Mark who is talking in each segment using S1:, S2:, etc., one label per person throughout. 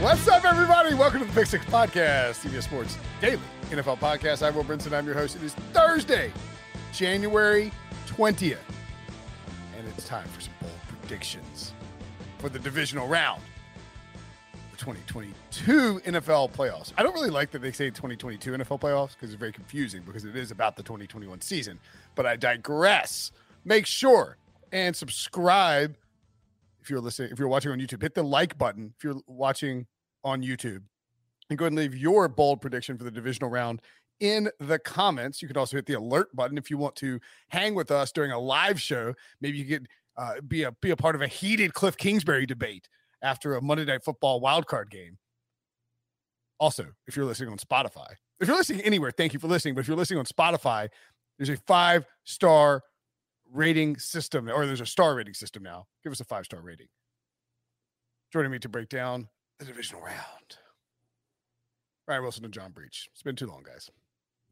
S1: What's up, everybody? Welcome to the Big Six Podcast, CBS Sports Daily NFL Podcast. I'm Will Brinson. I'm your host. It is Thursday, January 20th, and it's time for some bold predictions for the divisional round of the 2022 NFL playoffs. I don't really like that they say 2022 NFL playoffs because it's very confusing because it is about the 2021 season, but I digress. Make sure and subscribe if you're listening, if you're watching on YouTube, hit the like button if you're watching on YouTube. And go ahead and leave your bold prediction for the divisional round in the comments. You can also hit the alert button if you want to hang with us during a live show. Maybe you could uh, be a be a part of a heated Cliff Kingsbury debate after a Monday Night Football wildcard game. Also, if you're listening on Spotify, if you're listening anywhere, thank you for listening. But if you're listening on Spotify, there's a five star rating system, or there's a star rating system now. Give us a five star rating. Joining me to break down the divisional round. Ryan Wilson and John Breach. It's been too long, guys.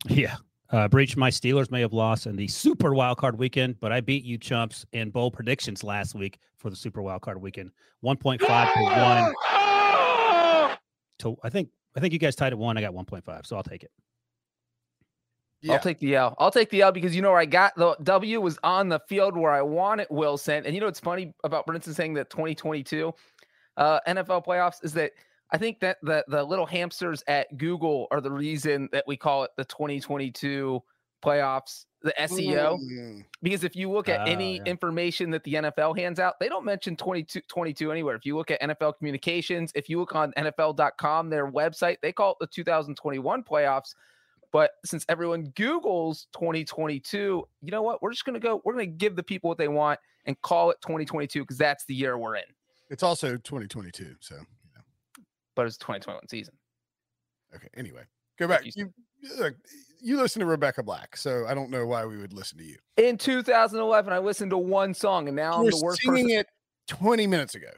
S2: Yeah. Uh, Breach, my Steelers may have lost in the Super Wild Card Weekend, but I beat you chumps in bowl predictions last week for the Super Wild Card Weekend. One point five to one to I think I think you guys tied at one. I got one point five, so I'll take it.
S1: Yeah.
S3: I'll take the L. I'll take the L because you know where I got the W was on the field where I want it, Wilson. And you know what's funny about Brinson saying that 2022 uh, NFL playoffs is that I think that the the little hamsters at Google are the reason that we call it the 2022 playoffs, the E SEO.
S1: Mm.
S3: Because if you look at any
S2: Oh, yeah.
S3: information that the NFL hands out, they don't mention 22, 22 anywhere. If you look at NFL communications, if you look on NFL.com, their website, they call it the 2021 playoffs. But since everyone Googles 2022, you know what? We're just going to go, we're going to give the people what they want and call it 2022 because that's the year we're in.
S1: It's also 2022. So, you know.
S3: But it's 2021 season.
S1: okay. Anyway, go back.
S3: you
S1: You, look, you listen to Rebecca Black, so I don't know why we would listen to you.
S3: In 2011, I listened to one song and now
S1: you
S3: I'm the
S1: were
S3: worst
S1: singing
S3: person.
S1: it 20 minutes ago.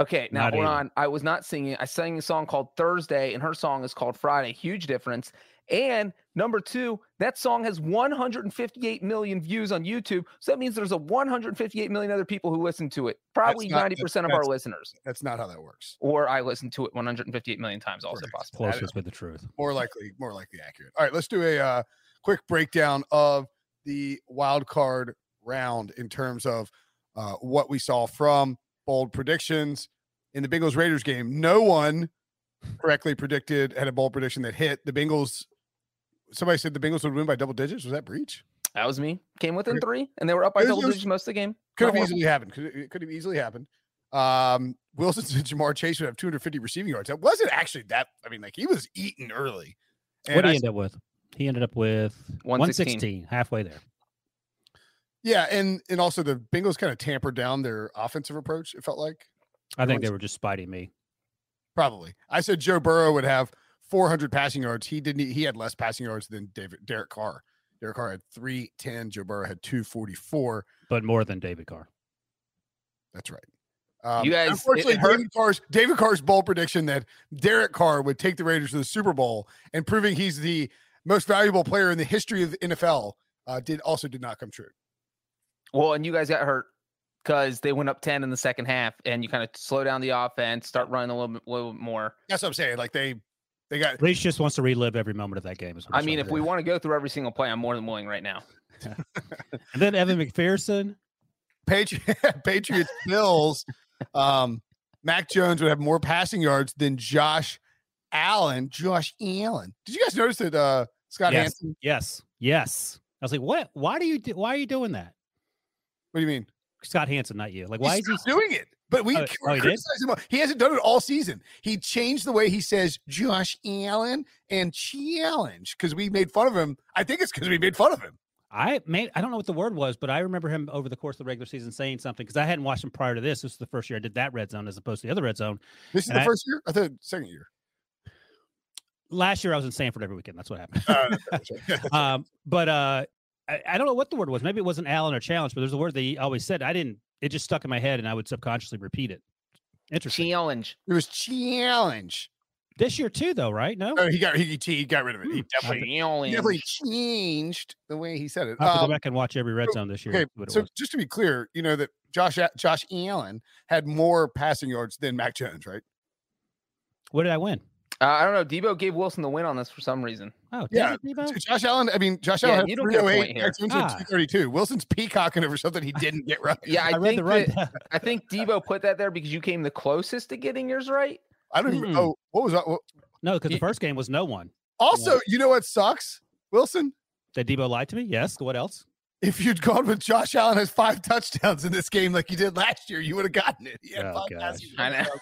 S3: Okay, now
S2: Not
S3: hold
S2: either.
S3: on. I was not singing. I sang a song called Thursday, and her song is called Friday. Huge difference. And number two, that song has 158 million views on YouTube. So that means there's a 158 million other people who listen to it. Probably
S1: not-
S3: 90% of our
S1: that's-
S3: listeners.
S1: That's not how that works.
S3: Or I listened to it 158 million times, also
S1: Correct.
S3: possible.
S1: That is-
S2: Closest with the truth.
S1: More likely, more likely accurate. All right, let's do a uh, quick breakdown of the wild card round in terms of uh, what we saw from bold predictions in the Bengals Raiders game. No one correctly predicted had a bold prediction that hit the Bengals. Somebody said the Bengals would win by double digits. Was that breach?
S3: That was me. Came within
S1: Okay.
S3: three, and they were up by
S1: There's
S3: double
S1: no-
S3: digits most of the game.
S1: Could
S3: Not
S1: have
S3: horrible.
S1: easily happened. Could it could have easily happened. Um, Wilson said Jamar Chase would have 250 receiving yards. That wasn't actually that. I mean, like he was eaten early.
S2: what
S1: And
S2: did
S1: I
S2: he end up with? He ended up with 116,
S3: 116.
S2: halfway there.
S1: Yeah, and and also the Bengals kind of tampered down their offensive approach. It felt like
S2: I think they
S1: Once-
S2: were just spiting me.
S1: probably. I said Joe Burrow would have 400 passing yards. He didn't. e, He had less passing yards than David Derek Carr. Derek Carr had 310. Joe Burrow had 244.
S2: But more than David Carr.
S1: That's right. Um,
S3: You guys- it- it
S1: unfortunately,
S3: hurt.
S1: David Carr's David Carr's bold prediction that Derek Carr would take the Raiders to the Super Bowl and proving he's the most valuable player in the history of the NFL uh, did also did not come true.
S3: Well, and you guys got hurt because they went up 10 in the second half and you kind of slow down the offense, start running a little bit, little bit more.
S1: That's what I'm saying. Like they they got
S2: Breach just wants to relive every moment of that game. is what
S3: I
S2: he's
S3: mean,
S2: trying
S3: if
S2: to
S3: we
S2: do.
S3: want to go through every single play, I'm more than willing right now.
S2: and then Evan McPherson,
S1: Patri- Patriots Bills. Um, Mac Jones would have more passing yards than Josh Allen. Josh Allen. Did you guys notice that uh Scott
S2: Yes.
S1: Hansen?
S2: yes, yes. I was like, what? Why do you do? Why are you doing that,
S1: What do you mean?
S2: Scott Hansen? Not you. Like, why
S1: He's
S2: is he?
S1: still doing it? But we
S2: Oh,
S1: cr-
S2: oh, he did?
S1: criticize him. He hasn't done it all season. He changed the way he says Josh Allen and challenge because we made fun of him. I think it's because we made fun of him.
S2: I may I don't know what the word was, but I remember him over the course of the regular season saying something because I hadn't watched him prior to this. This is the first year I did that red zone as opposed to the other red zone.
S1: This is
S2: And
S1: the
S2: I-
S1: first year. I thought second year.
S2: Last year I was in Sanford every weekend. That's what happened.
S1: Uh, that's right.
S2: um, but uh, I, I don't know what the word was. Maybe it wasn't Allen or challenge, but there's a word they always said. I didn't. It just stuck in my head, and I would subconsciously repeat it. Interesting.
S3: Challenge.
S1: it was challenge.
S2: This year too, though, right? No.
S1: Oh, he got he, he got rid of it. He definitely He
S2: Hmm.
S3: Challenge.
S1: definitely changed the way he said it.
S2: I have to
S1: Um,
S2: go back and watch every red
S1: so-
S2: zone this year.
S1: okay,
S2: and see what it
S1: so
S2: was.
S1: just to be clear, you know that Josh A- Josh Allen had more passing yards than Mac Jones, right?
S2: What did I win?
S3: Uh, I don't know. Debo gave Wilson the win on this for some reason.
S2: Oh,
S1: Yeah,
S2: yeah, Debo?
S1: So Josh Allen, I mean Josh
S3: Yeah,
S1: Allen
S3: you
S1: had
S3: don't get a point
S1: 308,
S3: here.
S1: Mac Jones had
S2: Ah.
S1: 232. Wilson's peacocking over something he didn't get right.
S3: Yeah, I,
S2: I, read
S3: think
S2: the right.
S3: that- I think Debo put that there because you came the closest to getting yours right.
S1: I don't even
S2: Hmm.
S1: know what was that. what-
S2: no, because
S3: You-
S2: the first game was no one.
S1: Also, you know what sucks, Wilson?
S2: That Debo lied to me. Yes. What else?
S1: If you'd gone with Josh Allen as five touchdowns in this game like you did last year, you would have gotten it. He had
S2: Oh,
S1: five
S2: gosh.
S1: passing
S3: I know.
S1: touchdowns.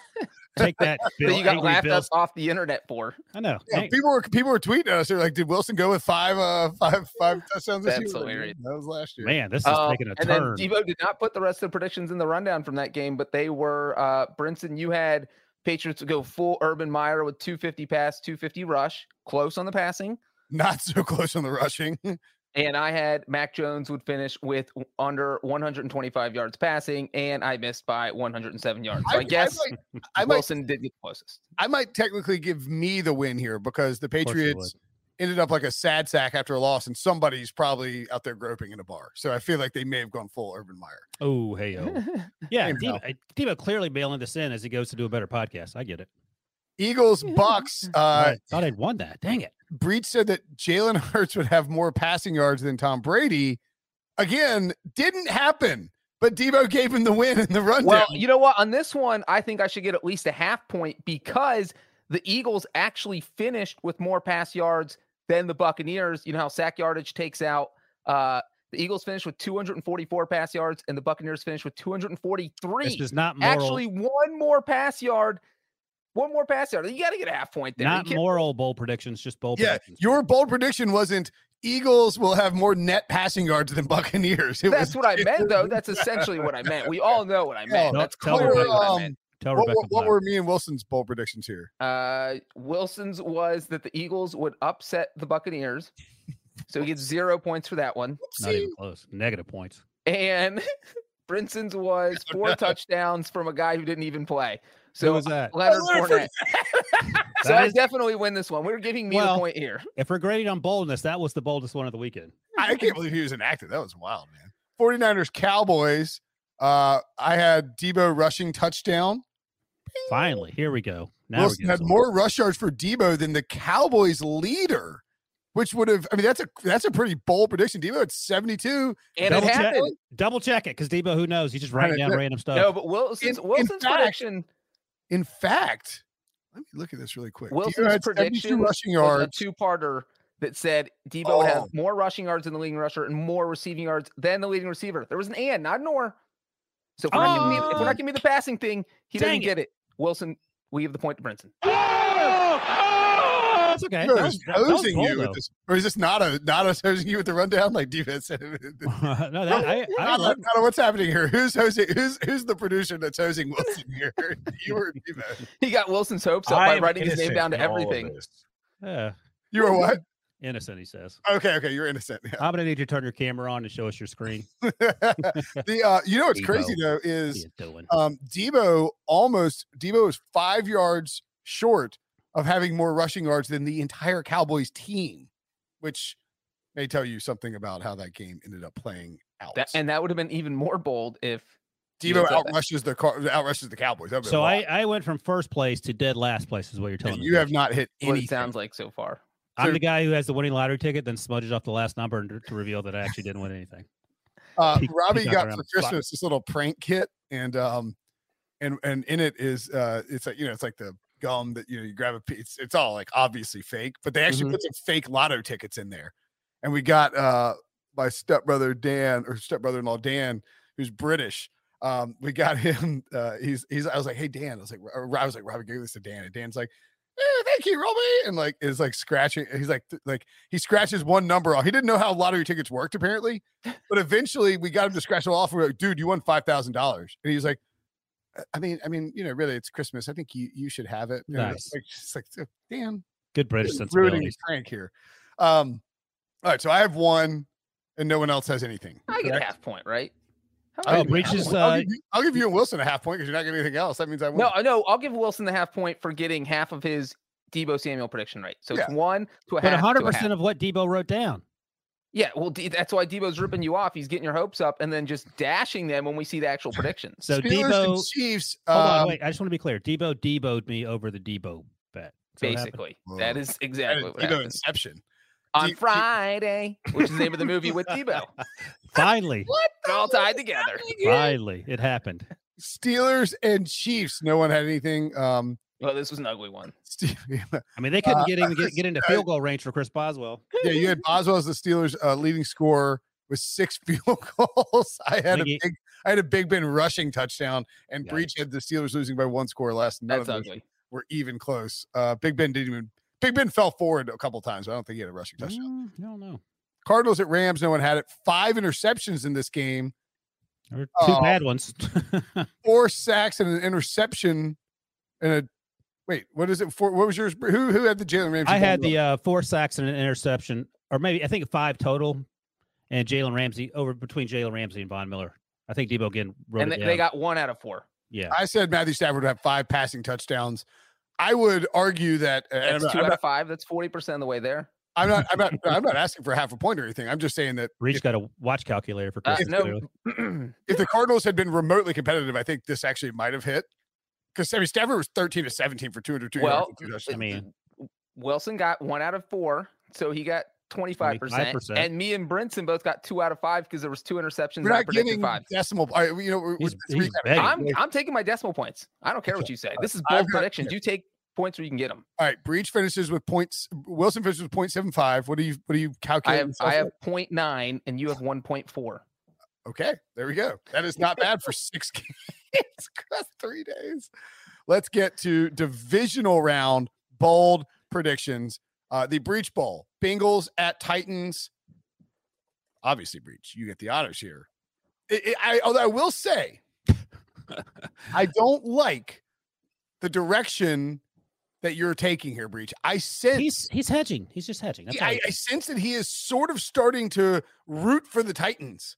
S2: Take that, Bill.
S3: that you got
S2: Angry
S3: laughed
S2: Bill.
S3: us off the internet for.
S2: I know.
S1: Yeah,
S2: Ang-
S1: people were people were tweeting at us. They're like, "Did Wilson go with five uh five five touchdowns this
S3: That's
S1: year?" We're like,
S3: hilarious.
S1: That was last year.
S2: Man, this is
S3: Uh,
S2: taking a
S3: and
S2: turn.
S3: then Debo did not put the rest of the predictions in the rundown from that game, but they were uh Brinson, you had Patriots go full Urban Meyer with 250 pass, 250 rush, close on the passing.
S1: Not so close on the rushing.
S3: And I had Mac Jones would finish with w- under 125 yards passing, and I missed by 107 yards. So I, guess
S1: I might, I might,
S3: Wilson did get closest.
S1: I might technically give me the win here because the
S2: Of course you would.
S1: Patriots ended up like a sad sack after a loss, and somebody's probably out there groping in a bar. So I feel like they may have gone full Urban Meyer.
S2: Oh, hey, oh. Yeah,
S1: Hey, Mel.
S2: Debo, Debo clearly bailing this in as he goes to do a better podcast. I get it.
S1: Eagles Bucks. Uh,
S2: I thought I'd won that. Dang it.
S1: Breach said that Jalen Hurts would have more passing yards than Tom Brady. Again, didn't happen. But Debo gave him the win in the rundown.
S3: Well, you know what? On this one, I think I should get at least a half point because the Eagles actually finished with more pass yards than the Buccaneers. You know how sack yardage takes out. Uh, the Eagles finished with 244 pass yards, and the Buccaneers finished with 243.
S2: This is not moral.
S3: actually, one more pass yard. One more pass yard. You got to get a half point there. You
S2: not
S3: can't-
S2: moral bowl predictions, just bowl
S1: Yeah,
S2: predictions.
S1: your bold prediction wasn't Eagles will have more net passing yards than Buccaneers. It was
S3: That's what I meant, though. That's essentially what I meant. We all know what I meant.
S2: No,
S3: That's
S2: tell
S1: what,
S3: clearly
S1: were,
S2: Rebecca
S3: what I
S1: um,
S3: meant.
S2: Tell
S1: what,
S2: Rebecca
S1: what- what
S2: Black.
S1: were me and Wilson's bold predictions here?
S3: Uh, Wilson's was that the Eagles would upset the Buccaneers. So he gets zero points for that one.
S2: not even close. Negative points.
S3: And Brinson's was
S1: Oh,
S3: four touchdowns from a guy who didn't even play. So
S2: was that?
S3: Leonard
S1: Leonard
S3: Fournette. so
S2: That
S3: I
S2: is-
S3: definitely win this one. We're giving me
S2: Well,
S3: a point here.
S2: if we're grading on boldness, that was the boldest one of the weekend.
S1: I can't believe he was inactive. That was wild, man. 49ers Cowboys. Uh, I had Debo rushing touchdown.
S2: Finally, here we go. Now
S1: Wilson
S2: we're
S1: had
S2: getting somewhere.
S1: more rush yards for Debo than the Cowboys leader, which would have I mean that's a that's a pretty bold prediction. Debo at 72.
S3: And
S2: Double
S3: it
S2: check. Uh,
S3: happened.
S2: Double check it, because Debo, who knows? He's just writing
S1: Right,
S2: down
S1: that-
S2: random stuff.
S3: No, but Wilson's
S1: in
S3: Wilson's
S1: fact-
S3: prediction
S1: In fact, let me look at this really quick. Debo
S3: Wilson's
S1: had 72
S3: prediction
S1: rushing
S3: was
S1: yards.
S3: a two-parter that said Debo
S1: Oh.
S3: would have more rushing yards than the leading rusher and more receiving yards than the leading receiver. There was an and, not an or. So if we're, not, giving me, if we're
S2: Oh.
S3: not giving me the passing thing, he
S2: Dang
S3: doesn't
S2: it.
S3: get it. Wilson, we give the point to Brinson.
S2: That's okay.
S1: Debo
S2: That
S1: is
S2: was- that- that was
S1: hosing
S2: bold,
S1: you with
S2: though.
S1: this, or is this not a not us hosing you with the rundown like defense? said?
S2: no, that, I,
S1: I
S2: I, don't know.
S1: don't know what's happening here. Who's hosting? Who's who's the producer that's hosing Wilson here? You were
S3: He got Wilson's hopes up
S4: I
S3: by
S4: am
S3: writing his name
S4: innocent
S3: down to
S4: in all of
S3: everything.
S4: this.
S2: Yeah.
S1: you were what?
S2: innocent, he says.
S1: Okay, okay, you're innocent. Yeah.
S2: I'm gonna need you to turn your camera on and show us your screen.
S1: the uh, you know what's crazy
S2: Debo.
S1: though
S2: What are
S1: is
S2: you doing?
S1: um Debo almost Debo is five yards short of having more rushing yards than the entire Cowboys team, which may tell you something about how that game ended up playing out.
S3: That, and that would have been even more bold if
S1: Debo outrushes the car, outrushes the Cowboys. That'd be a
S2: So
S1: lot.
S2: I, I went from first place to dead last place is what you're
S1: And
S2: telling me.
S1: you have not hit
S3: What
S1: any.
S3: it sounds like so far.
S2: I'm
S1: so-
S2: the guy who has the winning lottery ticket, then smudges off the last number and to reveal that I actually didn't win anything.
S1: Uh,
S2: peek-
S1: Robbie
S2: peacock
S1: got for
S2: around the clock.
S1: Christmas this little prank kit, and um, and and in it is uh, it's like you know, it's like the gum that you know you grab a piece. It's all like obviously fake, but they actually
S2: Mm-hmm.
S3: Mhm.
S1: put some fake lotto tickets in there, and we got uh my stepbrother Dan or stepbrother-in-law Dan, who's British. Um, we got him. Uh, he's he's. I was like, hey Dan. I was like, or I was like, Robbie gave this to Dan, and Dan's like. "Eh, thank you, Robbie. And like is like scratching. He's like th- like he scratches one number off. He didn't know how lottery tickets worked apparently, but eventually we got him to scratch it off. We were like, dude, you won five thousand dollars, and he's like, "I- I mean, I mean, you know, really, it's Christmas. I think you you should have it. You know, it's
S2: Nice.
S1: like, it's like, "Oh, damn,
S2: Good British
S1: you're ruining the
S2: sensibilities.
S1: prank here. Um, all right, so I have one, and no one else has anything.
S3: I get a
S2: Correct.
S3: half point, right? How
S1: I'll give
S2: Oh,
S3: about
S1: you-
S3: you?
S2: Breach is,
S1: I'll, I'll
S2: uh,
S1: give you, I'll give you and Wilson a half point because you're not getting anything else. That means I won.
S3: No, I know. I'll give Wilson the half point for getting half of his Debo Samuel prediction right. So it's one to a
S2: But
S3: half.
S2: 100
S3: to a half.
S2: percent of what Debo wrote down.
S3: Yeah, well, D- that's why Debo's ripping you off. He's getting your hopes up and then just dashing them when we see the actual predictions.
S2: So
S1: Steelers
S2: Debo.
S1: and Chiefs.
S2: hold on,
S1: um,
S2: wait. I just want to be clear. Debo Deboed me over the Debo bet. Is that what happened?
S3: basically, that
S1: Whoa.
S3: is
S1: that is
S3: exactly what
S1: Debo
S3: happened.
S1: Inception.
S3: on
S1: D- D-
S3: Friday, which is the name of the movie with Debo.
S2: finally,
S1: What?
S3: They're all tied together.
S2: finally, it happened.
S1: Steelers and Chiefs. No one had anything. Um,
S3: Well, Oh, this was an ugly one.
S1: Steve,
S2: I mean, they couldn't
S1: Uh,
S2: get even get, get into
S1: sorry.
S2: field goal range for Chris Boswell.
S1: yeah, you had Boswell as the Steelers' uh, leading scorer with six field goals. I had a
S2: Miggy.
S1: big, I had a Big Ben rushing touchdown, and Breach had the Steelers losing by one score less. None
S3: That's
S1: of those
S3: ugly.
S1: were even close. Uh, Big Ben didn't even. Big Ben fell forward a couple times, but I don't think he had a rushing touchdown.
S2: Mm, I don't know.
S1: Cardinals at Rams, no one had it. Five interceptions in this game,
S2: There were two
S1: Oh.
S2: bad ones.
S1: four sacks and an interception, and a wait. What is it? For what was yours? Br- Who who had the Jalen Ramsey?
S2: I had
S1: fumble?
S2: the uh, four sacks and an interception, or maybe I think five total, and Jalen Ramsey over between Jalen Ramsey and Von Miller. I think Debo again wrote
S3: And
S2: it
S3: they,
S2: down.
S3: they got one out of four.
S2: yeah.
S1: I said Matthew Stafford would have five passing touchdowns. I would argue that and I'm
S3: That's
S1: not-
S3: two
S1: I'm
S3: out
S1: not
S3: of five. That's 40% of the way there.
S1: I'm not, I'm not, I'm not asking for half a point or anything. I'm just saying that
S2: Reach got a watch calculator for
S3: Uh,
S2: Christmas.
S3: no.
S2: clearly.
S1: if the Cardinals had been remotely competitive, I think this actually might have hit. Because I mean, Stafford was 13 to 17 for 202
S3: well,
S1: yards. and two touchdowns.
S2: I mean,
S3: Wilson got one out of four. So he got 25%.
S2: 25%.
S3: And me and Brinson both got two out of five because there was two interceptions.
S1: we're
S3: and I
S1: not
S3: predicted
S1: giving
S3: five.
S1: decimal. I, you know, we're,
S2: He's-
S1: it's recapping.
S2: he's begging.
S3: I'm, I'm taking my decimal points. I don't care what you say. This is
S1: I've
S3: bold
S1: got-
S3: predictions. You take points where you can get them.
S1: All right, Breach finishes with points. Wilson finishes with 0.75. What do you, what do you
S3: I
S1: calculate?
S3: have
S1: yourself
S3: I have
S1: with?
S3: 0.9 and you have 1.4.
S1: Okay, there we go. That is not bad for six games across three days. Let's get to divisional round bold predictions. Uh, the Breach Bowl, Bengals at Titans. Obviously, Breach, you get the honors here. I- I, I- although I will say, I don't like the direction that you're taking here, Breach. I sense
S2: he's he's hedging. He's just hedging. That's
S1: yeah,
S2: all
S1: I,
S2: he
S1: I
S2: is.
S1: sense that he is sort of starting to root for the Titans,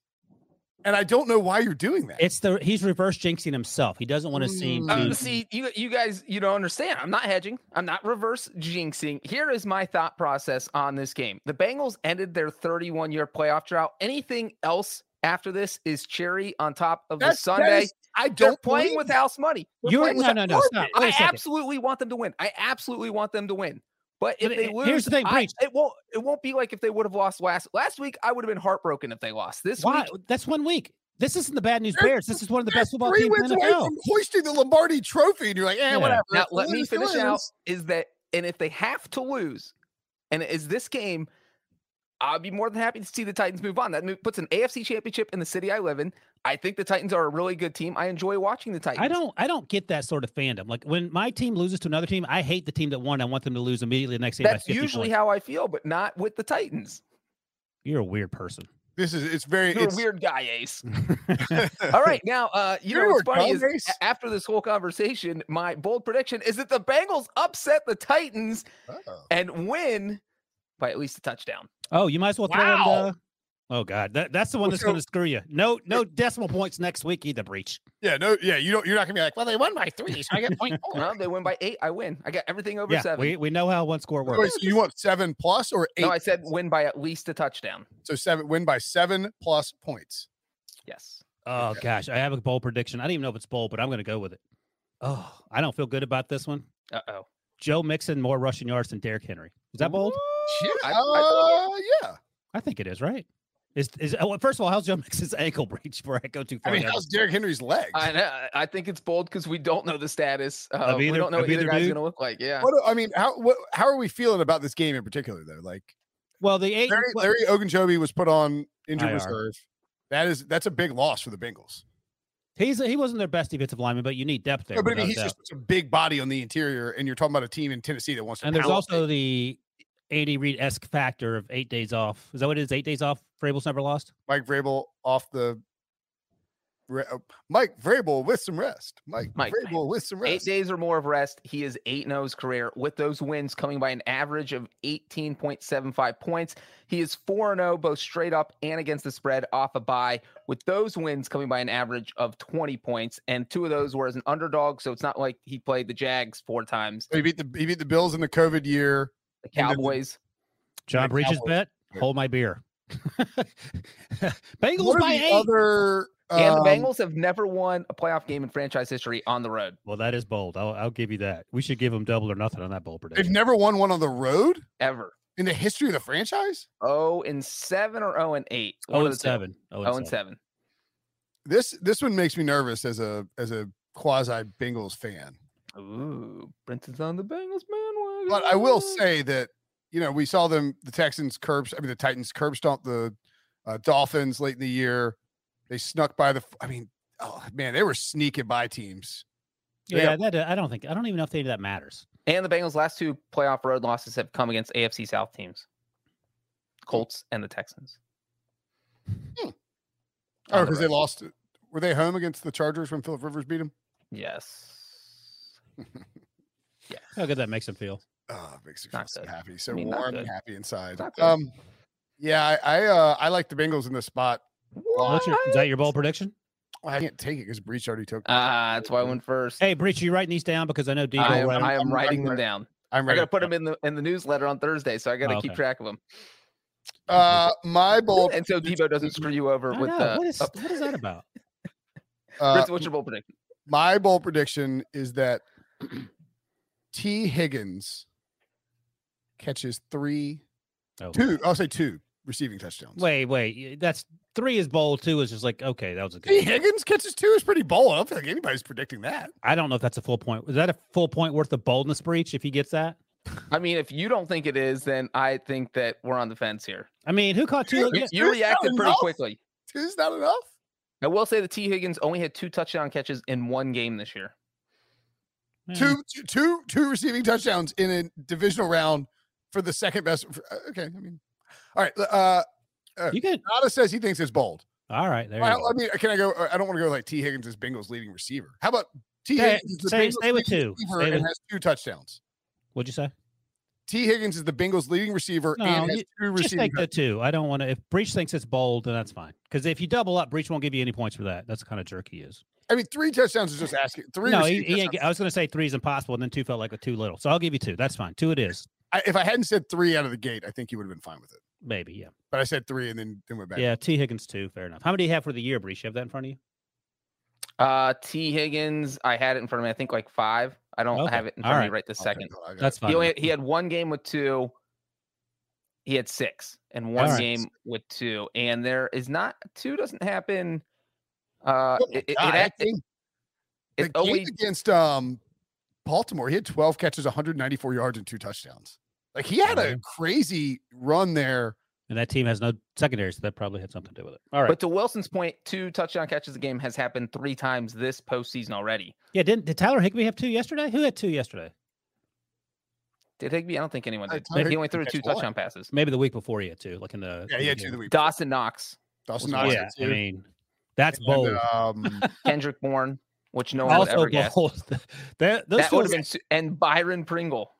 S1: and I don't know why you're doing that.
S2: it's the he's reverse jinxing himself. He doesn't want to seem
S1: Mm.
S2: too
S3: Uh, see, you you guys, you don't understand. I'm not hedging. I'm not reverse jinxing. Here is my thought process on this game. The Bengals ended their 31 year playoff drought. Anything else after this is cherry on top of the
S1: That's- that
S3: Sunday.
S1: is- I
S3: They're
S1: don't
S3: playing
S1: believe
S3: with
S1: that.
S3: house money. They're
S2: You're
S3: playing with
S2: no
S3: house-
S2: no no stop. Wait a
S3: I
S2: second.
S3: absolutely want them to win. I absolutely want them to win. But if
S2: But
S3: they
S2: it-
S3: lose,
S2: here's the thing,
S3: I-
S2: Breach.
S3: it won't. It won't be like if they would have lost last last week. I would have been heartbroken if they lost this
S2: Why?
S3: week.
S2: That's one week. This isn't the bad news
S1: There's-
S2: bears. This is one of the
S1: They're
S2: best football
S1: three
S2: teams in
S1: wins
S2: the
S1: away
S2: NFL.
S1: from hoisting the Lombardi Trophy, and you're like, eh,
S2: Yeah.
S1: whatever.
S3: Now
S1: it's
S3: let me
S1: Lewis,
S3: finish out.
S1: Lewis.
S3: Is that and if they have to lose, and is this game, I'll be more than happy to see the Titans move on. That move puts an AFC championship in the city I live in. I think the Titans are a really good team. I enjoy watching the Titans.
S2: I don't I don't get that sort of fandom. Like when my team loses to another team, I hate the team that won. I want them to lose immediately the next game.
S3: That's
S2: by 50
S3: usually
S2: points.
S3: how I feel, but not with the Titans.
S2: you're a weird person.
S1: This is it's very
S3: You're
S1: it's,
S3: a weird guy, Ace. All right, now uh, you know
S1: You're
S3: what's
S1: a
S3: funny is
S1: dumb Ace.
S3: a- after this whole conversation, my bold prediction is that the Bengals upset the Titans
S1: Uh-oh.
S3: and win by at least a touchdown.
S2: Oh, you might as well throw
S1: Wow.
S2: in the Oh God, that, that's the one
S1: Well,
S2: that's
S1: so-
S2: going to screw you. No, no decimal points next week either. Breach.
S1: Yeah, no, yeah, you don't. You're not gonna be like, well, they won by three, so I get point four.
S3: Well, they win by eight. I win. I got everything over
S2: Yeah,
S3: seven.
S2: we, we know how one score
S1: Wait,
S2: works.
S1: so you want seven plus or eight?
S3: No, I said win by at least a touchdown.
S1: so seven win by seven plus points.
S3: Yes.
S2: Oh gosh, I have a bowl prediction. I don't even know if it's bowl, but I'm going to go with it. Oh, I don't feel good about this one.
S3: Uh oh.
S2: Joe Mixon more rushing yards than Derrick Henry. Is that bold?
S1: Yeah,
S3: I- I thought-
S1: uh, yeah.
S2: I think it is, right? Is is oh, well, first of all, how's Joe Mixon's ankle breach before I go too
S1: I
S2: far?
S1: mean,
S2: down?
S1: how's Derrick Henry's legs?
S3: I know. I- I think it's bold because we don't know the status. Uh,
S2: Of
S3: we
S2: either-
S3: don't know
S2: of
S3: what either
S2: either
S3: guy's
S2: dude?
S3: going to look like. Yeah.
S1: What do- I mean, how what, how are we feeling about this game in particular though? Like
S2: well, the eight.
S1: Larry,
S2: well,
S1: Larry Ogunjobi was put on injured
S2: IR.
S1: reserve. That is that's a big loss for the Bengals.
S2: He's he wasn't their best defensive lineman, but you need depth there.
S1: No, but I mean,
S2: without
S1: he's
S2: doubt.
S1: just such a big body on the interior, and you're talking about a team in Tennessee that wants to.
S2: and there's
S1: pound
S2: also the Andy Reid esque factor of eight days off. Is that what it is? Eight days off. Frable's never lost.
S1: Mike Vrabel off the. re- uh, Mike Vrabel with some rest. Mike,
S3: Mike
S1: Vrabel with some
S3: Eight
S1: rest.
S3: days or more of rest. He is 8 0 his career, with those wins coming by an average of 18.75 points. He is 4 0 both straight up and against the spread off a bye, with those wins coming by an average of 20 points. And two of those were as an underdog. So it's not like he played the Jags four times,
S1: He beat the he beat the Bills in the COVID year.
S3: the
S1: And then the-
S3: Cowboys.
S2: John
S1: Like
S2: Breach's
S1: Cowboys.
S2: bet.
S1: Yeah.
S2: Hold my beer.
S1: What
S2: Bengals
S1: are
S2: by
S1: the
S2: eight.
S1: other?
S3: and the
S1: um,
S3: Bengals have never won a playoff game in franchise history on the road.
S2: Well, that is bold. I'll, I'll give you that. We should give him double or nothing on that bold
S1: They've
S2: prediction.
S1: never won one on the road
S3: Ever.
S1: in the history of the franchise.
S3: 0 and 7 or 0 and 8?
S2: Oh and seven. Oh
S3: 0 and 7.
S1: This this one makes me nervous as a as a quasi Bengals fan.
S3: Ooh, Brenton's on the Bengals bandwagon.
S1: But I will
S3: Mm.
S1: say that you know we saw them the Texans curb I mean the Titans curb stomp the uh, Dolphins late in the year. They snuck by the. I mean, oh man, they were sneaking by teams.
S2: Yeah, that uh, I don't think I don't even know if any of that matters.
S3: And the Bengals' last two playoff road losses have come against AFC South teams, Colts and the Texans. On
S1: Hmm. Oh,
S3: the
S1: because they
S3: road.
S1: lost. it. Were they home against the Chargers when Philip Rivers beat them?
S3: Yes. yes.
S2: How good that makes him feel.
S1: Oh, it makes me feel
S3: Not
S1: so
S3: good.
S1: happy, so
S3: mean, not
S1: warm
S3: good.
S1: and happy inside.
S3: Not good.
S1: Um, yeah, I I, uh, I like the Bengals in this spot.
S2: What's your, is that your bold prediction?
S1: I can't take it because Breach already took.
S3: Ah, that's why I went first.
S2: Hey, Breach, you writing these down because I know D.
S3: I
S1: Eagle,
S3: am,
S1: right?
S3: I am
S1: I'm-
S3: writing
S1: I'm
S3: them
S1: ready.
S3: down.
S1: I'm
S3: I
S1: ready.
S3: got to put them in the in the newsletter on Thursday, so I got to
S2: Oh,
S3: keep
S2: okay.
S3: track of them.
S1: Uh, my bold.
S3: and so Debo doesn't screw you over with the.
S2: what, is,
S3: Uh,
S2: what is that about?
S1: Uh,
S3: Fritz, what's your bold prediction?
S1: my bold prediction is that T. Higgins catches three,
S2: Oh.
S1: two. I'll say two receiving touchdowns.
S2: Wait, wait. y- That's three is bold. Two is just like okay, that was a
S1: T.
S2: good. one.
S1: Higgins catches two is pretty bold. I don't feel like anybody's predicting that.
S2: I don't know if that's a full point. Is that a full point worth of boldness breach if he gets that?
S3: I mean, if you don't think it is, then I think that we're on the fence here.
S2: I mean, who caught two?
S3: You,
S2: Yeah,
S3: you
S1: There's
S3: reacted
S1: no
S3: pretty
S1: mouth.
S3: quickly.
S1: Two's not enough.
S3: I will say that T. Higgins only had two touchdown catches in one game this year.
S2: yeah.
S1: Two, two, two, two receiving touchdowns in a divisional round for the second best. for- uh, okay, I mean, all right. Uh,
S2: You could.
S1: Nada says he thinks it's bold.
S2: All right, there. You
S1: I,
S2: go.
S1: I mean, can I go? I don't want to go like T. Higgins is Bengals leading receiver. How about T.
S2: Stay-
S1: Higgins is the
S2: stay-
S1: Bengals
S2: stay with
S1: leading
S2: two.
S1: receiver
S2: Stay
S1: and
S2: with-
S1: has two touchdowns.
S2: What'd you say?
S1: T. Higgins is the Bengals' leading receiver
S2: No,
S1: and has
S2: you-
S1: two
S2: Just
S1: receiving.
S2: take the two. I don't want to. If Breach thinks it's bold, then that's fine. Because if you double up, Breach won't give you any points for that. That's the kind of jerk he is.
S1: touch- I mean, three touchdowns is just asking. Three.
S2: no, he,
S1: receiving
S2: he ain't,
S1: touchdowns.
S2: I was going to say three is impossible, and then two felt like a too little. So I'll give you two. That's fine. Two it is.
S1: I, if I hadn't said three out of the gate, I think you would have been fine with it.
S2: Maybe. Yeah.
S1: But I said three and then then went back.
S2: Yeah. T. Higgins, two. Fair enough. How many do you have for the year, Breach? You have that in front of you?
S3: Uh, T. Higgins, I had it in front of me. I think like five. I don't
S2: Okay.
S3: have it in
S2: All
S3: front of
S2: right.
S3: me right this
S1: I'll take
S3: second.
S1: it. Oh, I got
S2: That's
S1: it.
S2: fine.
S3: He only he had one game with two. He had six and one
S2: All right.
S3: game with two, and there is not two doesn't happen. Uh,
S1: Oh my
S3: it, it, it,
S1: God, that
S3: act- it,
S1: thing-
S3: it's
S1: the game
S3: only
S1: against um Baltimore, he had 12 catches, 194 yards, and two touchdowns. Like he had a
S2: Mhm.
S1: crazy run there.
S2: And that team has no secondary, so that probably had something to do with it. All right.
S3: But to Wilson's point, two touchdown catches a game has happened three times this postseason already.
S2: yeah. Didn't did Tyler Higby have two yesterday? Who had two yesterday?
S3: Did Higby? I don't think anyone
S1: Uh,
S3: did.
S1: Tyler
S3: he only
S1: Higbee
S3: threw
S1: catch
S3: two
S1: one.
S3: touchdown passes.
S2: Maybe the week before he had two, like in the.
S1: Yeah, he
S2: in the
S1: had two
S2: game.
S1: the week.
S3: Dawson Knox,
S1: Dawson
S3: was
S1: Knox.
S2: Yeah.
S1: had
S2: I
S1: two.
S2: mean, that's
S1: And,
S2: bold.
S1: um,
S3: Kendrick Bourne, which no one would
S2: also
S3: ever guess.
S2: bold. that, those
S3: That would have
S2: feels-
S3: been su- and Byron Pringle.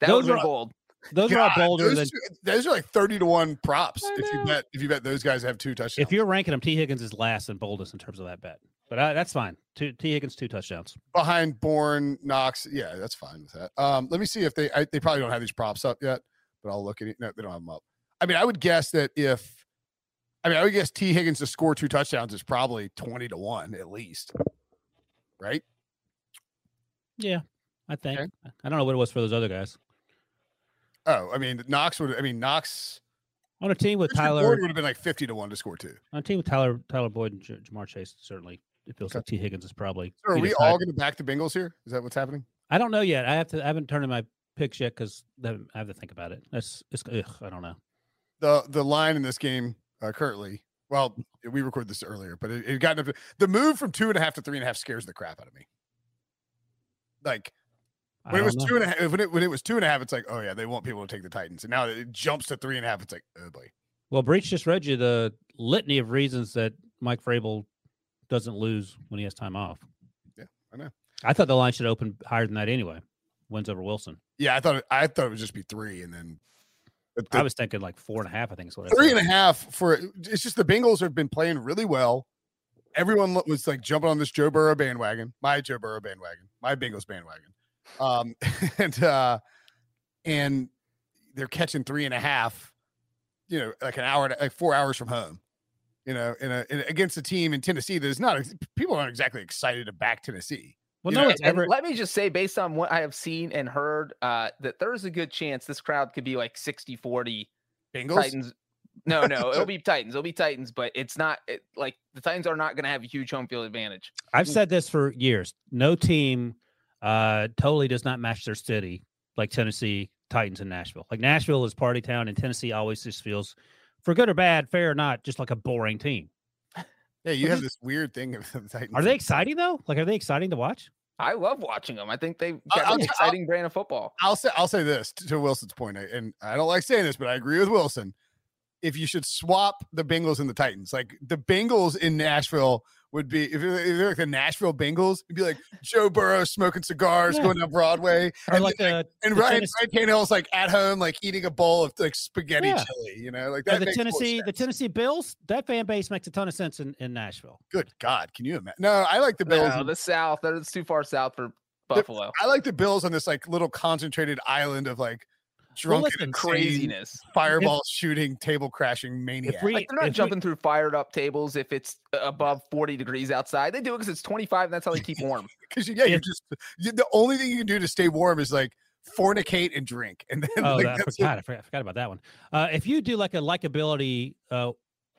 S3: That would
S2: Those
S3: have been
S2: are-
S3: bold.
S2: those are all
S1: God,
S2: bolder
S1: those
S2: than
S1: two- those are like 30 to 1 props
S3: I
S1: if you
S3: know.
S1: bet if you bet those guys have two touchdowns.
S2: If you're ranking them, T. Higgins is last and boldest in terms of that bet. But uh, that's fine. Two, T. Higgins, two touchdowns.
S1: behind Bourne, Knox. Yeah, that's fine with that. Um, let me see if they I, they probably don't have these props up yet, but I'll look at it. No, they don't have them up. I mean, I would guess that if I mean, I would guess T. Higgins to score two touchdowns is probably 20 to 1 at least. Right?
S2: Yeah, I think.
S1: Okay.
S2: I don't know what it was for those other guys.
S1: Oh, I mean, Knox would, I mean, Knox,
S2: On a team with
S1: Richard
S2: Tyler,
S1: Gordon would have been like 50 to 1 to score two.
S2: on a team with Tyler, Tyler Boyd and J- Jamar Chase, certainly it feels like T. Higgins is probably.
S1: So are
S2: he
S1: we
S2: decides-
S1: all going to back the Bengals here? Is that what's happening?
S2: I don't know yet. I have to. I haven't turned in my picks yet because I have to think about it. That's. It's, ugh, I don't know.
S1: The the line in this game uh, currently, well, we recorded this earlier, but it, it got up to, the move from two and a half to three and a half scares the crap out of me. Like
S2: I
S1: when it
S2: don't
S1: was
S2: know.
S1: two and a half, when it, when it was two and a half, it's like, oh yeah, they want people to take the Titans. And now it jumps to three and a half. It's like, oh boy.
S2: Well, Breach just read you the litany of reasons that Mike Vrabel doesn't lose when he has time off.
S1: Yeah, I know.
S2: I thought the line should open higher than that anyway. Wins over Wilson.
S1: Yeah, I thought it, I thought it would just be three, and then but
S2: I
S1: the
S2: was thinking like four and a half. I think is what. I
S1: three
S2: said.
S1: and a half for it's just the Bengals have been playing really well. Everyone lo- was like jumping on this Joe Burrow bandwagon, my Joe Burrow bandwagon, my Bengals bandwagon, um, and uh, and they're catching three and a half, you know, like an hour, and- like four hours from home, you know, in a, in, against a team in Tennessee that is not ex- people aren't exactly excited to back Tennessee.
S2: Well,
S1: you
S2: no
S1: know,
S2: one's
S3: And
S2: ever.
S3: let me just say, based on what I have seen and heard, uh, that there is a good chance this crowd could be like 60 40
S1: Bengals,
S3: Titans. No, no, it'll be Titans. It'll be Titans, but it's not it, like the Titans are not going to have a huge home field advantage.
S2: I've said this for years. No team uh, totally does not match their city like Tennessee Titans and Nashville. Like Nashville is party town, and Tennessee always just feels, for good or bad, fair or not, just like a boring team.
S1: yeah, you have this weird thing of the Titans.
S2: Are they exciting though? Like, are they exciting to watch?
S3: I love watching them. I think they've got
S1: I'll
S3: an
S1: t- I'll-
S3: exciting brand of football.
S1: I'll say I'll say this to, to Wilson's point, I- and I don't like saying this, but I agree with Wilson. If you should swap the Bengals and the Titans, like the Bengals in Nashville would be, if they're if they're like the Nashville Bengals, it'd be like Joe Burrow smoking cigars,
S2: Yeah.
S1: going down Broadway,
S2: Or
S1: and,
S2: like uh,
S1: then, like,
S2: the,
S1: and
S2: the
S1: Ryan
S2: Tennessee-
S1: Ryan Tannehill's like at home, like eating a bowl of like spaghetti
S2: Yeah.
S1: chili, you know, like
S2: or
S1: that.
S2: the
S1: makes more
S2: Tennessee the
S1: sense.
S2: Tennessee Bills? That fan base makes a ton of sense in, in Nashville.
S1: Good God, can you imagine? No, I like the Bills.
S3: No,
S1: in-
S3: the South, that is too far south for Buffalo.
S1: I like the Bills on this like little concentrated island of like drunken,
S2: listen,
S1: crazy
S3: Craziness.
S1: fireball shooting, table crashing maniacs.
S2: If we
S3: Like they're not
S2: if we-
S3: jumping through fired up tables if it's above 40 degrees outside. They do it because it's 25 and that's how they keep warm.
S1: because you, yeah, you're
S2: If-
S1: just you, the only thing you can do to stay warm is like fornicate and drink, and then
S2: oh,
S1: like,
S2: that- I
S1: that's it.
S2: forgot. I forgot, I forgot about that one. Uh, if you do like a likability, uh,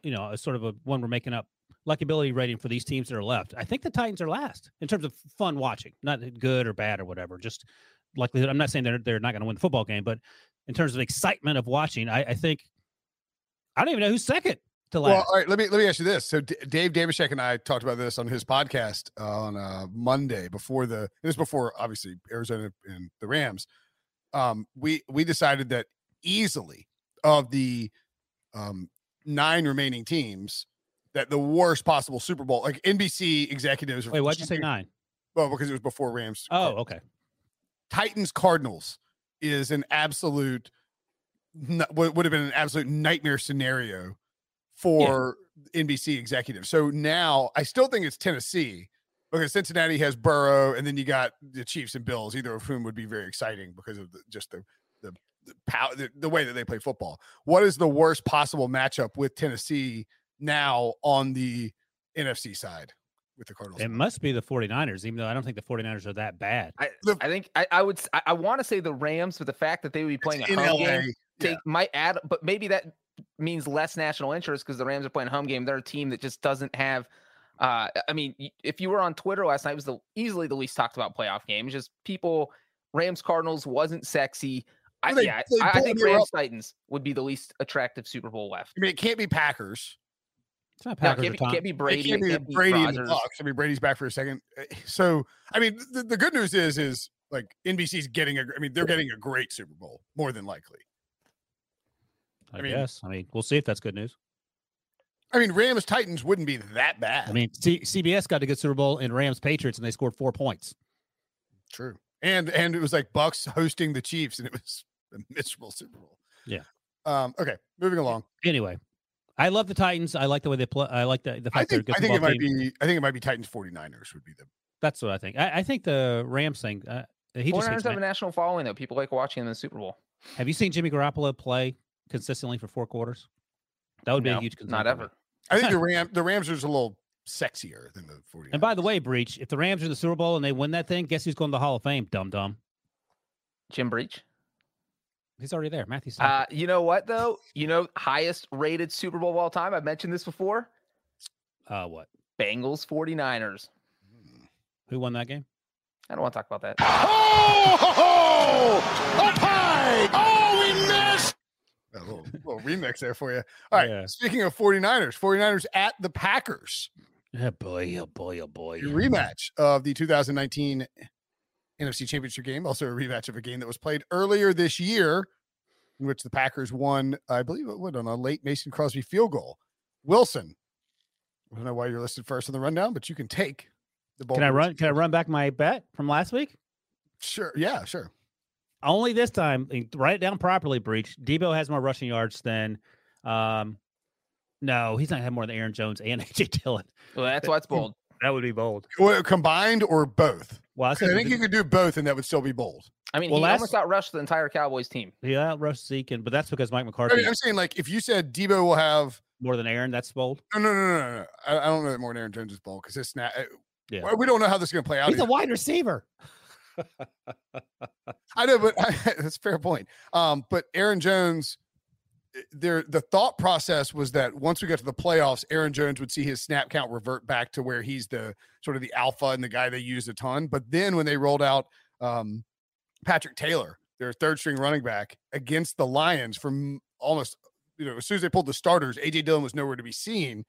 S2: you know, a sort of a one we're making up likability rating for these teams that are left, I think the Titans are last in terms of fun watching, not good or bad or whatever. Just likelihood. I'm not saying they're they're not going to win the football game, but in terms of excitement of watching, I, I think I don't even know who's second to last.
S1: Well, all right. Let me let me ask you this. So D- Dave Damashek and I talked about this on his podcast on uh, Monday before the. It was before obviously Arizona and the Rams. Um, we we decided that easily of the um, nine remaining teams, that the worst possible Super Bowl, like NBC executives.
S2: Wait, why'd you say nine?
S1: Well, because it was before Rams.
S2: Oh, okay.
S1: Titans Cardinals is an absolute n- would would have been an absolute nightmare scenario for NBC executives. So now I still think it's Tennessee because Cincinnati has Burrow, and then you got the Chiefs and Bills, either of whom would be very exciting because of the, just the the the, pow- the the way that they play football. What is the worst possible matchup with Tennessee now on the NFC side with the Cardinals?
S2: It must be the 49ers, even though I don't think the 49ers are that bad.
S3: I,
S1: The-
S3: I think I, I would s- I, want to say the Rams, but the fact that they would be playing a
S1: in
S3: home
S1: LA.
S3: game
S1: yeah.
S3: take might add, but maybe that means less national interest because the Rams are playing home game. They're a team that just doesn't have. Uh, I mean, y- if you were on Twitter last night, it was the easily the least talked about playoff game. It's Just people, Rams Cardinals wasn't sexy. I,
S1: Well, they-
S3: yeah,
S1: they
S3: I, I
S1: pulled
S3: think
S1: her up.
S3: Rams Titans would be the least attractive Super Bowl left.
S1: I mean, it can't be Packers.
S2: It's not
S3: No,
S2: Packers
S3: it can't,
S2: or
S3: be,
S2: Tom-
S3: can't be Brady.
S1: It can't be
S3: can't be
S1: Brady and the
S3: Rodgers.
S1: Bucks. I mean, Brady's back for a second. Uh, So, I mean, the, the good news is, is like NBC's getting a. gr- I mean, they're getting a great Super Bowl, more than likely.
S2: I,
S1: I mean-
S2: guess. I mean, we'll see if that's good news.
S1: I mean, Rams Titans wouldn't be that bad.
S2: I mean, C- CBS got a good Super Bowl in Rams Patriots, and they scored four points.
S1: true. And and it was like Bucks hosting the Chiefs, and it was a miserable Super Bowl.
S2: Yeah.
S1: Um. Okay. Moving along.
S2: Anyway, I love the Titans. I like the way they play. I like the, the
S1: I think
S2: fact they're a
S1: I
S2: good
S1: think it
S2: football
S1: might
S2: team.
S1: be. I think it might be Titans 49ers would be the.
S2: That's what I think. I, I think the Rams thing. Uh, he just
S3: 49ers
S2: hates
S3: have a
S2: ma-
S3: national following though. People like watching them in the Super Bowl.
S2: have you seen Jimmy Garoppolo play consistently for four quarters? That would be
S3: No,
S2: a huge concern.
S3: Not
S2: for me.
S3: ever.
S1: I think the Ram the Rams are just a little sexier than the 49ers.
S2: And by the way, Breach, if the Rams are in the Super Bowl and they win that thing, guess who's going to the Hall of Fame? Dum dum.
S3: Jim Breach.
S2: He's already there. Matthew
S3: Uh,
S2: Stafford.
S3: you know what though? You know, highest rated Super Bowl of all time. I've mentioned this before.
S2: Uh, what?
S3: Bengals 49ers.
S1: Hmm.
S2: Who won that game?
S3: I don't want to talk about that.
S1: Oh, ho, ho! up high! Oh, we missed! A little, little remix there for you. All right.
S2: Yeah.
S1: Speaking of 49ers, 49ers at the Packers.
S2: Yeah, boy, oh boy, oh boy.
S1: A rematch of the 2019 NFC Championship game, also a rematch of a game that was played earlier this year, in which the Packers won, I believe it would on a late Mason Crosby field goal. Wilson, I don't know why you're listed first in the rundown, but you can take the ball.
S2: Can I run? Can I run back my bet from last week?
S1: Sure. Yeah, sure.
S2: Only this time, and write it down properly. Breach. Debo has more rushing yards than. Um, no, he's not gonna have more than Aaron Jones and AJ Dillon.
S3: Well, that's why it's bold.
S2: That would be bold.
S1: Well, combined or both?
S2: Well, I
S1: 'Cause
S2: said
S1: I think you could do both, and that would still be bold.
S3: I mean,
S2: Well,
S3: he
S2: last-
S3: almost outrushed the entire Cowboys team.
S2: he outrushed Zeke, and but that's because Mike
S1: I
S2: McCarthy
S1: mean, I'm saying like if you said Debo will have
S2: more than Aaron. That's bold.
S1: no no no no no, I, I don't know that more than Aaron Jones is bold because it's not. uh,
S2: Yeah.
S1: We don't know how this is going to play out.
S2: He's
S1: either.
S2: a wide receiver.
S1: I know, but I, that's a fair point. Um, but Aaron Jones, eh, there the thought process was that once we got to the playoffs, Aaron Jones would see his snap count revert back to where he's the sort of the alpha and the guy they used a ton. But then when they rolled out um, Patrick Taylor, their third string running back against the Lions from almost you know as soon as they pulled the starters, AJ Dillon was nowhere to be seen.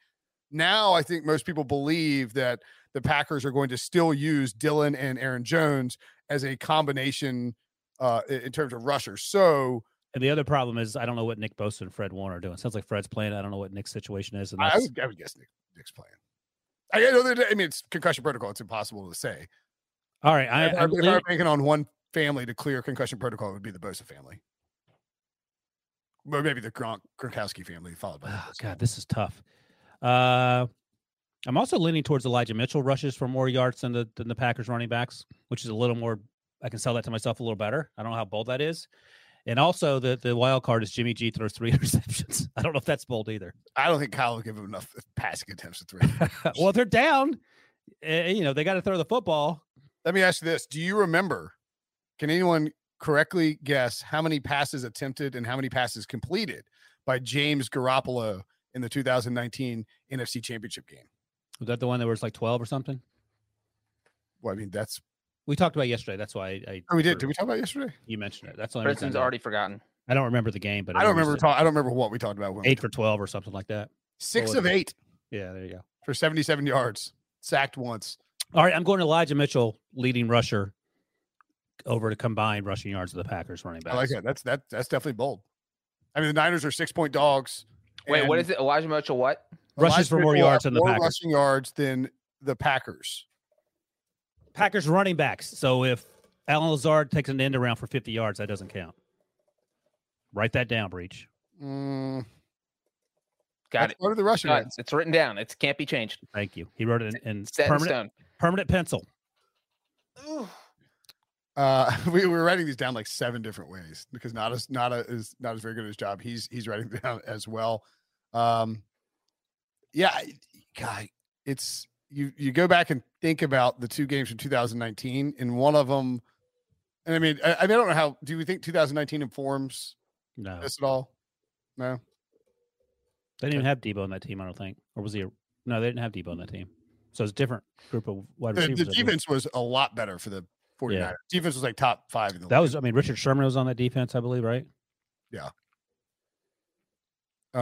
S1: Now I think most people believe that the Packers are going to still use Dillon and Aaron Jones as a combination uh, i- in terms of rushers. So
S2: And the other problem is I don't know what Nick Bosa and Fred Warner are doing. Sounds like Fred's playing. I don't know what Nick's situation is. And
S1: I- I
S2: that's,
S1: would, I would guess Nick, Nick's playing. I, I know that, I mean, it's concussion protocol. It's impossible to say.
S2: all right, I,
S1: If I,
S2: I'm
S1: if I
S2: leaning-
S1: were banking on one family to clear concussion protocol, it would be the Bosa family. Or maybe the Gronk, Gronkowski family, followed by. the
S2: Oh,
S1: Bosa.
S2: God, this is tough. Uh, I'm also leaning towards Elijah Mitchell rushes for more yards than the than the Packers running backs, which is a little more. I can sell that to myself a little better. I don't know how bold that is. And also the the wild card is Jimmy G throws three interceptions. I don't know if that's bold either.
S1: I don't think Kyle will give him enough passing attempts to throw.
S2: well, if they're down, eh, you know they got to throw the football.
S1: Let me ask you this: Do you remember? Can anyone correctly guess how many passes attempted and how many passes completed by James Garoppolo in the 2019 NFC Championship game?
S2: Was that the one that was like 12 or something?
S1: Well, I mean, that's
S2: We talked about it yesterday. That's why I, I
S1: oh, we did. Did
S2: sort
S1: we talk about it yesterday?
S2: of- you mentioned it. That's the only reason I
S3: Princeton's
S2: know.
S3: already forgotten.
S2: I don't remember the game, but
S1: I don't
S2: remember
S1: remember.
S2: it.
S1: Talk, I don't remember what we talked about. When we
S2: eight
S1: talked.
S2: for 12 or something like that.
S1: six
S2: what
S1: of
S2: was
S1: eight
S2: Yeah, there you go.
S1: for 77 yards, sacked once.
S2: All right, I'm going to Elijah Mitchell, leading rusher, over to combined rushing yards of the Packers running back.
S1: I like that. That's that. That's definitely bold. I mean, the Niners are six point dogs.
S3: Wait, what
S1: and
S3: is it? Elijah Mitchell, what?
S2: Rushes
S1: Elijah
S2: for more
S1: Mitchell
S2: yards
S1: have
S2: than the
S1: more
S2: Packers.
S1: Rushing yards than the Packers.
S2: Packers running backs. So if Alan Lazard takes an end around for 50 yards, that doesn't count. Write that down, Breach.
S1: Mm,
S3: Got
S1: that's Part of the rushing.
S3: it.
S1: yards.
S3: It's written down. It can't be changed.
S2: Thank you. He wrote it in, in
S3: It's set in
S2: permanent,
S3: stone.
S2: permanent pencil.
S1: Uh, we were writing these down like seven different ways because not as not a, is not as very good at his job. He's he's writing them down as well. Um, yeah, I- God, it's you you go back and think about the two games from 2019, and one of them, and I mean, I, I mean, I don't know how. Do we think 2019 informs
S2: No,
S1: this at all? No,
S2: they didn't even have Debo on that team, I don't think. Or was he? A, no, they didn't have Debo on that team. So it's a different group of wide
S1: the,
S2: receivers.
S1: the
S2: I believe.
S1: defense was a lot better for the 49ers. Defense was like top five in the
S2: That was, I mean, Richard Sherman was on that defense, I believe, right?
S1: league.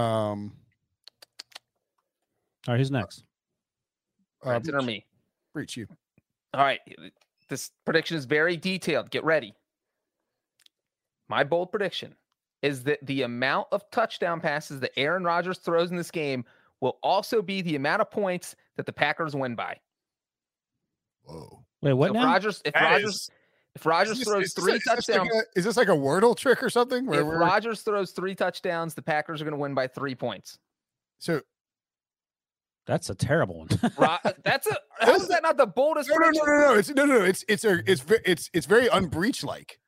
S1: um.
S2: All right, who's next?
S1: Uh,
S3: Princeton or me.
S1: reach you.
S3: All right. This prediction is very detailed. Get ready. My bold prediction is that the amount of touchdown passes that Aaron Rodgers throws in this game will also be the amount of points that the Packers win by.
S1: Whoa.
S2: Wait, what
S3: So if
S2: now?
S3: Rodgers, if
S1: That
S3: Rodgers,
S1: is-
S3: if Rodgers
S1: Is this-
S3: throws
S1: is this
S3: three
S1: like- is this like
S3: touchdowns,
S1: a- Is this like a Wordle trick or something? Where
S3: if
S1: we're
S3: Rodgers throws three touchdowns, the Packers are going to win by three points.
S1: so
S2: That's a terrible one.
S3: Ro- that's a how is that not the boldest
S1: no no no
S3: prediction?
S1: no no it's no no no it's it's a it's ve- it's it's very unbreach like.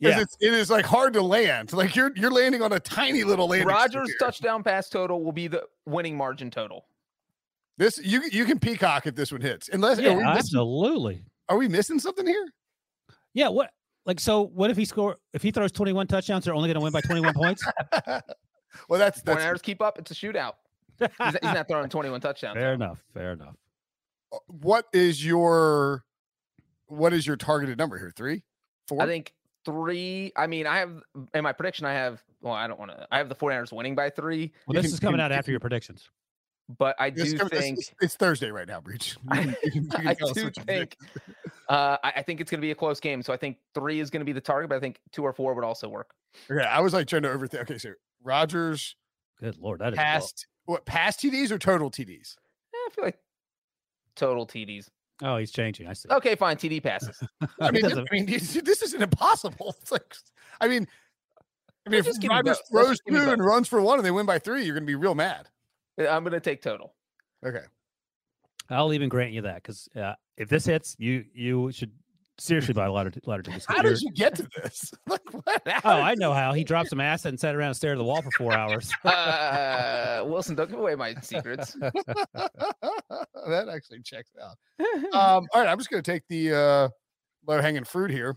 S1: Yeah. It's, it is like hard to land. Like you're you're landing on a tiny little landing.
S3: Rogers'
S1: strip here.
S3: touchdown pass total will be the winning margin total.
S1: This you you can peacock if this one hits. Unless
S2: Yeah,
S1: are, we missing,
S2: absolutely.
S1: are we missing something here?
S2: Yeah. What? Like, so what if he score? If he throws 21 touchdowns, they're only going to win by 21 points.
S1: Well, that's
S3: When
S1: that's
S3: Niners keep up, it's a shootout. He's, he's not throwing 21 touchdowns.
S2: fair enough. Fair enough.
S1: uh, what is your what is your targeted number here? Three, four.
S3: I think three. I mean, I have in my prediction, I have. Well, I don't want to. I have the 49ers winning by three,
S2: Well,
S1: You
S2: this
S1: can-
S2: is coming
S1: you
S2: out
S1: can-
S2: after your predictions.
S3: but I
S1: It's
S3: do
S1: coming- it's-
S3: think.
S1: it's, it's Thursday right now, Breach. You
S3: I-
S1: can- you can- you can
S3: I
S1: tell us
S3: do
S1: what you did.
S3: think. Uh, I, I think it's going to be a close game. So I think three is going to be the target, but I think two or four would also work.
S1: Okay, I was like trying to overthink. Okay, so Rogers
S2: Good lord, that is low.
S1: passed what past TDs or total TDs?
S3: Eh, I feel like total TDs.
S2: Oh, he's changing. I see.
S3: Okay, fine. TD passes.
S1: I
S2: He
S1: mean, this,
S2: doesn't-
S1: I mean, this this isn't impossible. It's like, I mean, I mean, if
S3: just give me
S1: Rogers
S3: both. Let's
S1: throws
S3: just give me
S1: two and runs for one and they win by three, you're going to be real mad.
S3: I'm going to take total.
S1: Okay,
S2: I'll even grant you that because uh, if this hits, you you should seriously buy a lot of lot of tickets.
S1: how
S2: You're-
S1: did you get to this? Like, what?
S2: Oh, I know how. He dropped some acid and sat around and stared at the wall for four hours.
S3: Uh, Wilson, don't give away my secrets.
S1: that actually checks out. Um, all right, I'm just going to take the uh, low hanging fruit here.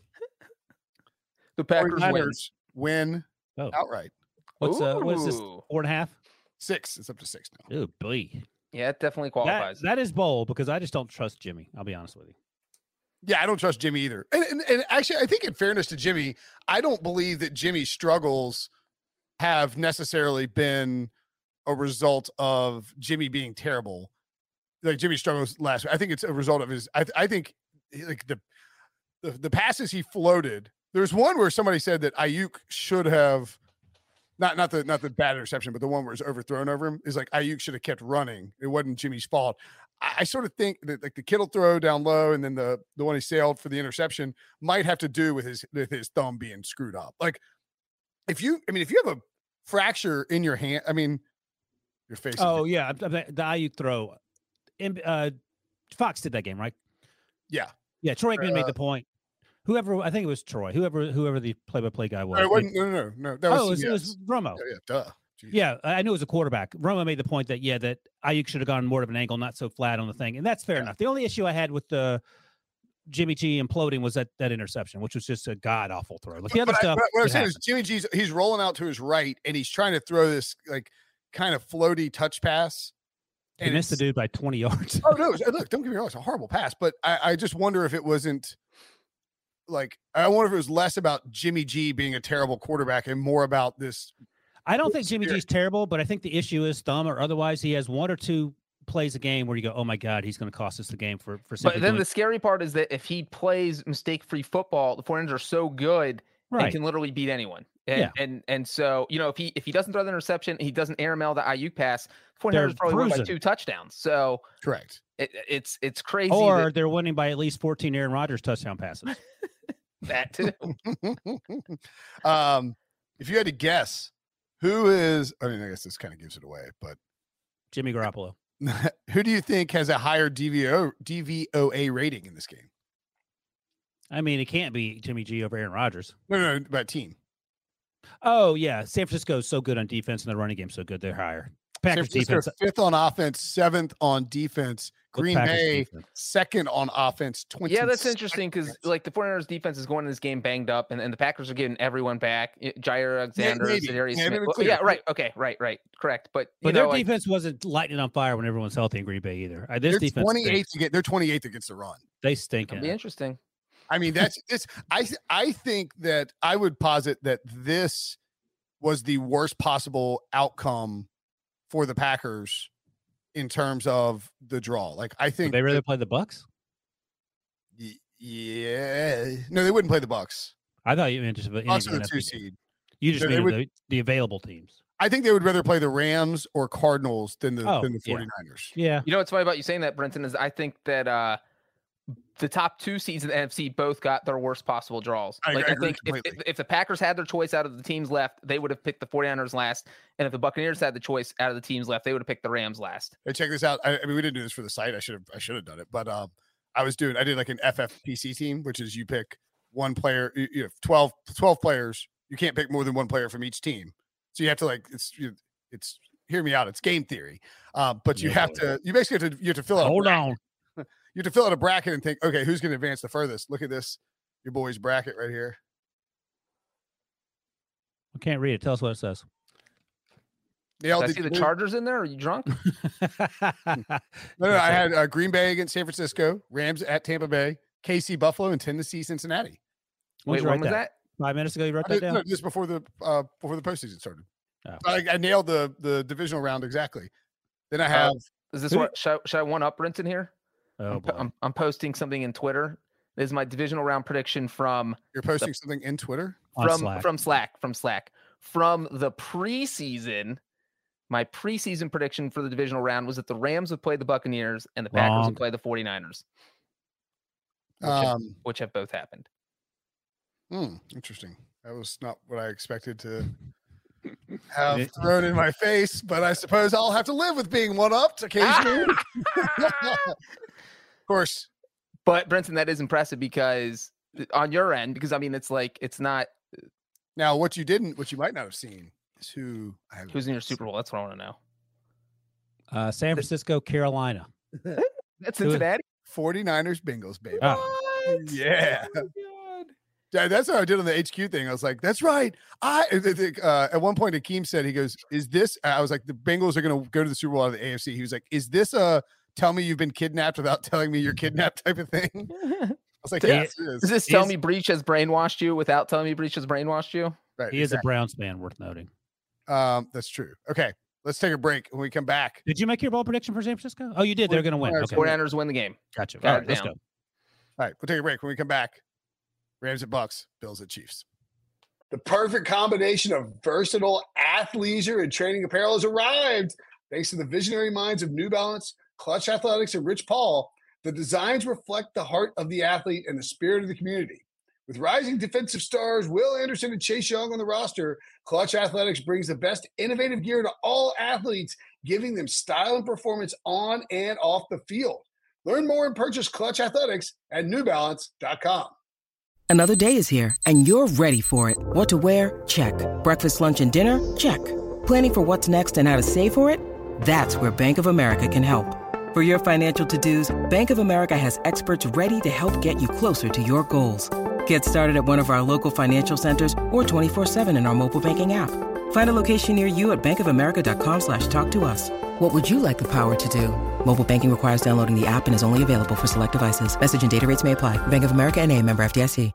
S3: the Packers win.
S1: 49ers win
S2: Oh,
S1: outright.
S2: what's uh, what is this?
S3: Ooh.
S2: Four and a half?
S1: Six. It's up to six now.
S2: Ooh, boy.
S3: Yeah, it definitely
S2: That,
S3: qualifies.
S2: that is bold because I just don't trust Jimmy. I'll be honest with you.
S1: Yeah, I don't trust Jimmy either. And, and, and actually, I think in fairness to Jimmy, I don't believe that Jimmy's struggles have necessarily been a result of Jimmy being terrible. Like Jimmy struggles last week. I think it's a result of his. I, th- I think he- like the, the the passes he floated. There's one where somebody said that Ayuk should have not not the not the bad interception, but the one where it's overthrown over him is like Ayuk should have kept running. It wasn't Jimmy's fault. I, I sort of think that like the Kittle throw down low and then the the one he sailed for the interception might have to do with his with his thumb being screwed up. Like if you I mean if you have a fracture in your hand, I mean your face. is-
S2: Oh yeah, I'm- I'm- the Ayuk throw. And, uh, Fox did that game, right?
S1: yeah.
S2: Yeah, Troy Aikman
S1: Uh,
S2: made the point. Whoever I think it was Troy, whoever whoever the play-by-play guy was.
S1: No, it
S2: made-
S1: wasn't, no, no, no, no. That was,
S2: oh, it was, it
S1: CBS.
S2: was Romo.
S1: Oh, yeah, duh. Jeez.
S2: Yeah, I I knew it was a quarterback. Roma made the point that yeah, that Ayuk should have gone more of an angle, not so flat on the thing, and that's fair
S1: Yeah.
S2: enough. The only issue I had with the Jimmy G imploding was that that interception, which was just a god awful throw. Like the other
S1: But I-
S2: stuff,
S1: what I- what I'm
S2: it
S1: saying is Jimmy G's he's rolling out to his right and he's trying to throw this like kind of floaty touch pass.
S2: he missed the
S1: it's-
S2: dude by twenty yards.
S1: Oh no! it's- Look, don't get me wrong; it's a horrible pass, but I, I just wonder if it wasn't like I wonder if it was less about Jimmy G being a terrible quarterback and more about this.
S2: I don't
S1: Good
S2: think Jimmy
S1: spirit.
S2: G's terrible, but I think the issue is thumb or otherwise he has one or two plays a game where you go, oh my god, he's going to cost us the game for for simply
S3: But then
S2: doing
S3: the scary part is that if he plays mistake free football, the 49ers are so good and
S2: right.
S3: can literally beat anyone. And,
S2: Yeah.
S3: and and so, you know, if he if he doesn't throw the interception, he doesn't air mail the IU pass, 49ers probably win by
S2: cruising.
S3: two touchdowns. So
S1: Correct.
S3: it, it's it's crazy that-
S2: Or they're winning by at least fourteen Aaron Rodgers touchdown passes.
S3: that too.
S1: um, if you had to guess, who is? I mean, I guess this kind of gives it away,
S2: Jimmy Garoppolo.
S1: but who do you think has a higher DVO DVOA rating in this game?
S2: I mean, it can't be Jimmy G over Aaron Rodgers.
S1: No, no, no, by team.
S2: Oh yeah, San Francisco is so good on defense and the running game so good they're higher. Packers
S1: San Francisco
S2: defense.
S1: fifth on offense, seventh on defense.
S2: the
S1: Green
S2: Packers
S1: Bay
S2: defense.
S1: second on offense. Twenty.
S3: Yeah, that's interesting because like the 49ers defense is going in this game banged up, and, and the Packers are getting everyone back. Y- Jair Alexander,
S1: maybe.
S3: Za'Darius
S1: Yeah,
S3: Smith.
S1: maybe
S3: Well,
S1: clear.
S3: yeah, right. Okay, right, right. Correct. But you
S2: But
S3: know,
S2: their
S3: like,
S2: defense wasn't lighting on fire when everyone's healthy in Green Bay either. Uh, This
S1: They're
S2: defense,
S1: twenty
S2: stinks.
S1: eighth. They're twenty eighth against the run.
S2: they stink.
S3: it'll
S2: in
S3: be
S2: it.
S3: interesting.
S1: I mean, that's it's. I th- I think that I would posit that this was the worst possible outcome for the Packers in terms of the draw. Like, I
S2: Would
S1: think
S2: They rather
S1: that-
S2: play the Bucks.
S1: y- yeah, no, they wouldn't play the Bucks.
S2: I thought you meant just about any
S1: Also, the
S2: NFC
S1: two
S2: team.
S1: seed.
S2: You just
S1: They- they
S2: mean
S1: would-
S2: the, the available teams.
S1: I think they would rather play the Rams or Cardinals than the
S2: Oh,
S1: than the
S2: yeah.
S1: 49ers.
S2: Yeah,
S3: You know what's funny about you saying that, Brenton, is I think that uh the top two seeds in the NFC both got their worst possible draws.
S1: I-
S3: like
S1: I
S3: I,
S1: agree
S3: think if, if,
S1: completely.
S3: if the Packers had their choice out of the teams left, they would have picked the 49ers last. And if the Buccaneers had the choice out of the teams left, they would have picked the Rams last.
S1: Hey, check this out. I, I mean, we didn't do this for the site. I should have I should have done it, but um, I was doing I did like an FFPC team, which is you pick one player, you you have 12, 12 players. You can't pick more than one player from each team. So you have to like it's you- it's hear me out. It's game theory, uh, but you
S2: Yeah.
S1: have to you basically have to you have to fill out a
S2: Hold on.
S1: you have to fill out a bracket and think, okay, who's going to advance the furthest? Look at this, your boy's bracket right here.
S2: I can't read it. Tell us what it says.
S1: Nailed
S3: Did I
S1: it.
S3: see the
S1: Blue-
S3: Chargers in there. Are you drunk?
S1: No, no, I
S2: That's it.
S1: had uh, Green Bay against San Francisco, Rams at Tampa Bay, KC Buffalo, and Tennessee Cincinnati.
S2: When'd
S3: Wait,
S2: you
S3: when
S2: write
S3: was that?
S2: Five minutes ago, you wrote
S1: I
S2: that
S1: did-
S2: down.
S1: no, just before the uh, before the postseason started.
S2: Oh.
S1: So I, I nailed the the divisional round exactly. Then I
S3: Uh,
S1: have
S3: Is this
S2: Who
S3: what? Should I, should I one up Brinson here?
S2: Oh
S3: I'm, po-
S2: boy.
S3: I'm, I'm posting something in Twitter. This is my divisional round prediction from
S1: you're posting something in Twitter.
S2: On
S3: from
S2: Slack.
S3: from Slack from Slack from the preseason. My preseason prediction for the divisional round was that the Rams would play the Buccaneers and the Packers
S2: Wrong.
S3: would play the 49ers, Which have-
S1: Um,
S3: which have both happened.
S1: hmm, interesting. That was not what I expected to have
S2: It-
S1: thrown in my face, but I suppose I'll have to live with being one upped occasionally. of course,
S3: But Brinson, that is impressive because uh, on your end, because I mean, it's like it's not
S1: Now, what you didn't, what you might not have seen, is who I have.
S3: who's in your Super Bowl. That's what I want to know.
S2: uh, San Francisco, Carolina.
S3: That's
S2: Who-
S3: Cincinnati.
S1: 49ers Bengals, baby.
S2: Ah.
S3: What?
S1: Yeah.
S3: Oh my God.
S1: Yeah, that's what I did on the HQ thing. I was like, "That's right." I, I think, uh, at one point, Akeem said, "He goes, is this?" I was like, "The Bengals are going to go to the Super Bowl out of the AFC." He was like, "Is this a tell me you've been kidnapped without telling me you're kidnapped type of thing?" I was like,
S3: Yeah.
S1: "Yes, it
S3: Does
S1: is."
S3: this tell
S2: Is-
S3: me Breach has brainwashed you without telling me Breach has brainwashed you?
S1: Right,
S2: He is a
S1: exact-
S2: Browns fan, worth noting.
S1: um, that's true. Okay, let's take a break. When we come back,
S2: Did you make your bowl prediction for San Francisco? Oh, you did. They're going to win.
S1: Forty-
S2: Okay,
S1: forty-
S3: 49ers win the game.
S2: gotcha.
S3: got
S2: All
S3: it
S2: right, let's
S3: down.
S2: go.
S1: All right, we'll take a break. When we come back, Rams at Bucks, Bills at Chiefs. The perfect combination of versatile athleisure and training apparel has arrived. Thanks to the visionary minds of New Balance, Clutch Athletics, and Rich Paul, the designs reflect the heart of the athlete and the spirit of the community. With rising defensive stars Will Anderson and Chase Young on the roster, Clutch Athletics brings the best innovative gear to all athletes, giving them style and performance on and off the field. Learn more and purchase Clutch Athletics at newbalance.com.
S4: Another day is here, and you're ready for it. What to wear? Check. Breakfast, lunch, and dinner? Check. Planning for what's next and how to save for it? That's where Bank of America can help. For your financial to dos, Bank of America has experts ready to help get you closer to your goals. Get started at one of our local financial centers or 24-7 in our mobile banking app. Find a location near you at bankofamerica.com slash talk to us. What would you like the power to do? Mobile banking requires downloading the app and is only available for select devices. Message and data rates may apply. Bank of America and a member FDIC.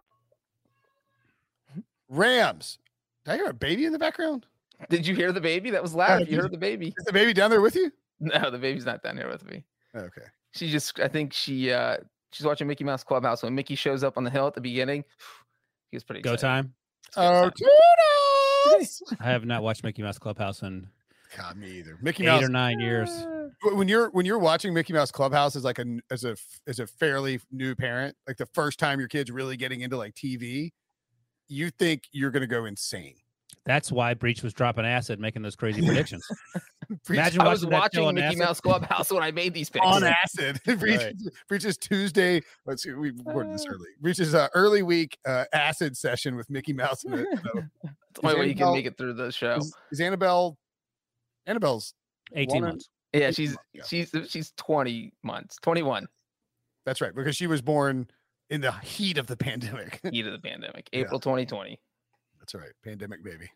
S1: Rams. Did I hear a baby in the background?
S3: Did you hear the baby? That was loud. You
S1: did-
S3: heard the baby.
S1: Is the baby down there with you?
S3: No, the baby's not down here with me.
S1: Oh, Okay.
S3: She just, I think she, uh, she's watching Mickey Mouse Clubhouse. When Mickey shows up on the hill at the beginning, he was pretty
S2: Go
S3: excited.
S2: time.
S3: It's good
S1: Oh,
S3: time.
S1: Toodles!
S2: I have not watched Mickey Mouse Clubhouse in
S1: God, me either. Mickey
S2: eight
S1: Mouse.
S2: or nine years.
S1: w- When you're when you're watching Mickey Mouse Clubhouse as like a n- as a f- as a fairly new parent, like the first time your kid's really getting into like TV, you think you're gonna go insane.
S2: That's why Breach was dropping acid, making those crazy predictions.
S1: Preach
S2: Imagine
S3: I was
S2: watching that show
S3: watching
S2: on
S3: Mickey
S2: acid.
S3: Mouse Clubhouse when I made these picks.
S1: on acid. Breach,
S2: Right.
S1: Breach is Tuesday. Let's see, we recorded this
S3: Uh.
S1: early. Breach's uh, early week uh, acid session with Mickey Mouse and the, the
S3: That's the only way you can
S1: Annabelle-
S3: make it through the show.
S1: Is, is Annabelle? Annabelle's.
S2: Eighteen
S1: Wanna-
S2: months.
S3: Yeah, she's
S1: yeah.
S3: she's she's 20 months, 21,
S1: That's right, because she was born in the heat of the pandemic.
S3: heat of the pandemic,
S1: Yeah.
S3: April 2020.
S1: That's right, pandemic baby.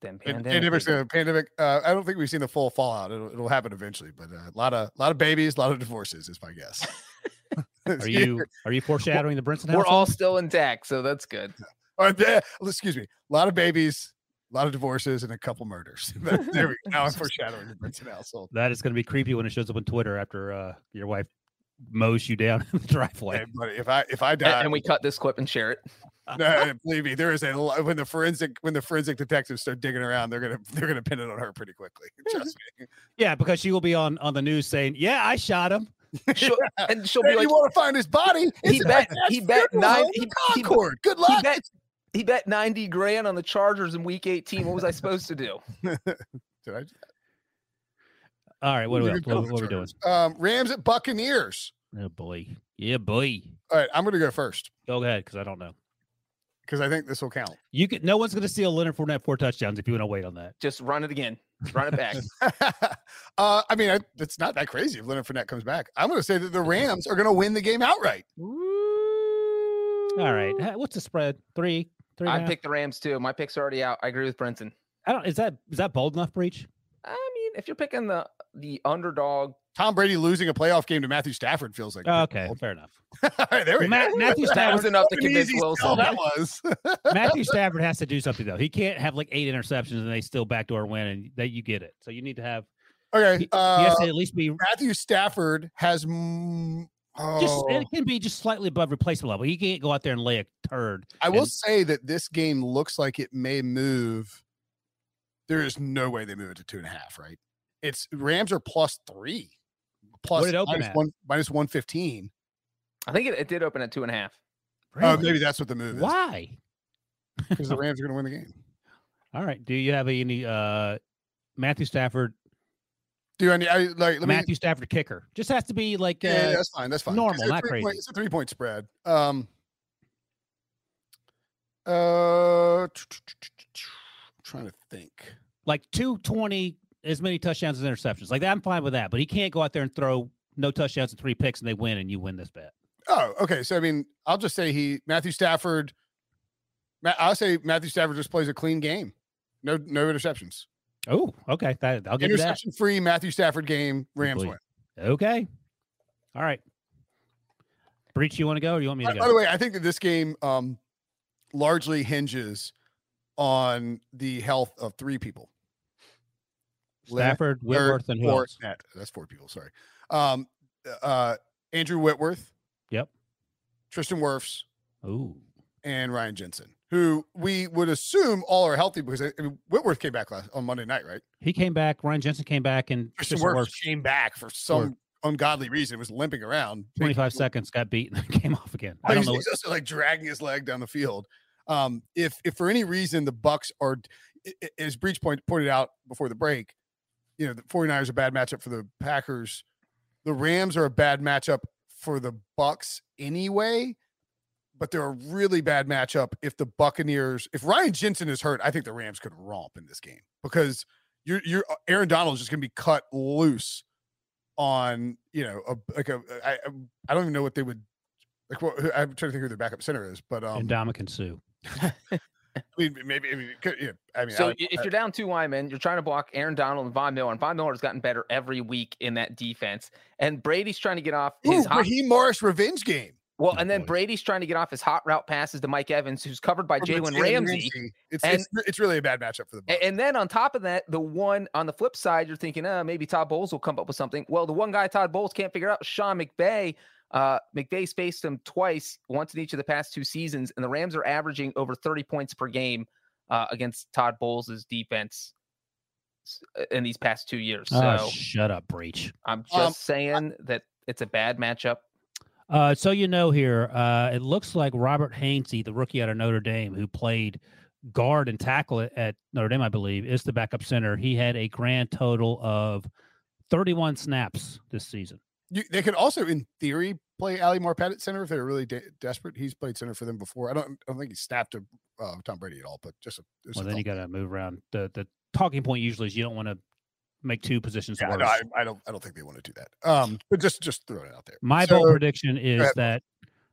S3: Then
S1: Pan-
S3: pandemic.
S1: Pandemic's
S3: hit.
S1: gonna- pandemic. Uh, I don't think we've seen the full fallout. It'll, it'll happen eventually, but uh, a lot of lot of babies, a lot of divorces is my guess. It's
S2: Are
S1: either-
S2: you are you foreshadowing the Brinson
S3: We're all
S2: household?
S3: still intact, so that's good.
S1: Or, the- Oh, excuse me. A lot of babies, a lot of divorces, and a couple murders. That- there we go. Now I'm foreshadowing the Brinson household.
S2: That is going to be creepy when it shows up on Twitter after uh, your wife mows you down in the driveway.
S1: Hey, buddy, if I if I
S3: A-
S1: die,
S3: and we cut this clip and share it.
S1: no, believe me, there is a lot when the forensic when the forensic detectives start digging around, they're gonna they're gonna pin it on her pretty quickly. Trust me.
S2: Yeah, because she will be on on the news saying, "Yeah, I shot him."
S3: She'll- and she'll
S1: Hey,
S3: be like,
S1: you want to find his body?
S3: He
S1: It's at my
S3: bet.
S1: dad's
S3: He bet
S1: funeral
S3: nine.
S1: home in
S3: He, he, bet-
S1: Concord. Good
S3: he
S1: luck.
S3: bet. He bet ninety grand on the Chargers in Week 18. What was I supposed to do?
S1: Did I-
S2: All right, what,
S1: Who's
S2: are we
S1: even
S2: up- what,
S1: built
S2: what are we
S1: the
S2: doing?
S1: Chargers? Um, Rams at Buccaneers.
S2: Oh boy. Yeah, boy.
S1: All right, I'm going to go first
S2: Go ahead, because I don't know.
S1: because I think this will count.
S2: You could. No one's going to steal Leonard Fournette four touchdowns if you want to wait on that.
S3: Just run it again. Run it back.
S1: uh, I mean, I, it's not that crazy if Leonard Fournette comes back. I'm going to say that the Rams are going to win the game outright.
S2: All right. Ha- What's the spread? Three. Three. and a
S3: I
S2: half?
S3: picked the Rams too. My pick's already out. I agree with Brenton.
S2: I don't. Is that is that bold enough, Breach?
S3: I mean, if you're picking the the underdog,
S1: Tom Brady losing a playoff game to Matthew Stafford feels like
S2: Oh, okay, fair enough.
S1: All right, there we
S2: Ma-
S1: go.
S2: Matthew
S3: that was
S2: Stafford.
S3: enough to
S1: What an
S3: convince
S1: easy
S3: Wilson.
S1: sell that was.
S2: Matthew Stafford has to do something though. He can't have like eight interceptions and they still backdoor win, and that you get it. So you need to have.
S1: okay,
S2: He, he
S1: uh,
S2: has to at least be
S1: Matthew Stafford has. Mm,
S2: just.
S1: oh.
S2: It can be just slightly above replacement level. He can't go out there and lay a turd.
S1: I will
S2: and-
S1: say that this game looks like it may move. There is no way they move it to two and a half, right? It's Rams are plus three, plus
S2: did it open
S1: minus
S2: at?
S1: one minus one fifteen.
S3: I think it, it did open at two and a half.
S1: Oh,
S2: Really?
S1: maybe that's what the move is.
S2: Why?
S1: Because the Rams are going to win the game.
S2: All right. Do you have any uh Matthew Stafford?
S1: Do I, need- I like? Let me.
S2: Matthew Stafford kicker just has to be like.
S1: Yeah,
S2: uh,
S1: that's fine. That's fine. 'Cause
S2: normal,
S1: it's a
S2: not
S1: three
S2: crazy.
S1: Point, it's a three point spread. Um. Uh, trying to think.
S2: like 220 as many touchdowns as interceptions. Like I'm fine with that, but he can't go out there and throw no touchdowns and three picks and they win and you win this bet.
S1: Oh, okay. So I mean, I'll just say he Matthew Stafford. Ma- I'll say Matthew Stafford just plays a clean game. No, no interceptions.
S2: Oh, okay. That, I'll give you that.
S1: Interception free Matthew Stafford game. Rams
S2: Complete.
S1: win.
S2: Okay. All right. Breach, you want to go or you want me to
S1: By,
S2: go?
S1: by the way, I think that this game um, largely hinges on the health of three people. Leonard
S2: Stafford,
S1: Leonard
S2: Whitworth, and who
S1: Fournette.
S2: else?
S1: That's four people. Sorry. Um, uh, Andrew Whitworth.
S2: Yep.
S1: Tristan Wirfs.
S2: Ooh.
S1: and Ryan Jensen, who we would assume all are healthy because I mean, Whitworth came back last, on Monday night, right?
S2: He came back. Ryan Jensen came back and
S1: Tristan
S2: Tristan
S1: Wirfs
S2: Wirfs,
S1: came back for some ungodly reason. It was limping around. Big-
S2: 25 seconds, got beat and came off again. I don't
S1: he's,
S2: know. What,
S1: he's also like dragging his leg down the field. Um, if if for any reason the Bucks are, i- i- as Breach point pointed out before the break, you know the 49ers are a bad matchup for the Packers. The Rams are a bad matchup for the Bucks anyway, but they're a really bad matchup if the Buccaneers. If Ryan Jensen is hurt, I think the Rams could romp in this game because you're you're uh, Aaron Donald is just going to be cut loose on you know a like a I I- I don't even know what they would like. What, who- I'm trying to think who their backup center is, but um,
S2: and Dominican Sue.
S1: I mean, maybe I mean, it could, yeah, I mean,
S3: So
S1: I-
S3: i- if you're down two linemen, you're trying to block Aaron Donald and Von Miller, and Von Miller's gotten better every week in that defense. And Brady's trying to get off his
S1: Ooh,
S3: hot
S1: Raheem Morris revenge game.
S3: well,
S2: Oh,
S3: and then
S2: boy.
S3: Brady's trying to get off his hot route passes to Mike Evans, who's covered by
S1: from the
S3: Jalen
S1: Jalen
S3: Ramsey.
S1: It's,
S3: and-
S1: it's it's really a bad matchup for the Bucs.
S3: A- And then on top of that, the one on the flip side, you're thinking, uh, maybe Todd Bowles will come up with something. Well, the one guy Todd Bowles can't figure out, Sean McVay. Uh, McVay's faced him twice, once in each of the past two seasons, and the Rams are averaging over 30 points per game uh, against Todd Bowles' defense s- uh, in these past two years. So
S2: oh, shut up, Breach.
S3: I'm just
S1: Um,
S3: saying that it's a bad matchup.
S2: Uh, so you know here, uh, it looks like Robert Hainsey, the rookie out of Notre Dame, who played guard and tackle at- at Notre Dame, I believe, is the backup center. He had a grand total of 31 snaps this season.
S1: You, they could also, in theory, play Ali Marpet at center if they're really de- desperate. He's played center for them before. I don't, I don't think he snapped to uh, Tom Brady at all, but just a, just
S2: Well,
S1: a
S2: then you
S1: thought.
S2: got to move around. the The talking point usually is you don't want to make two positions
S1: Yeah,
S2: worse.
S1: no, I, I don't, I don't think they want to do that. Um, but just, just throwing it out there.
S2: My
S1: So,
S2: bold prediction is
S1: ahead.
S2: that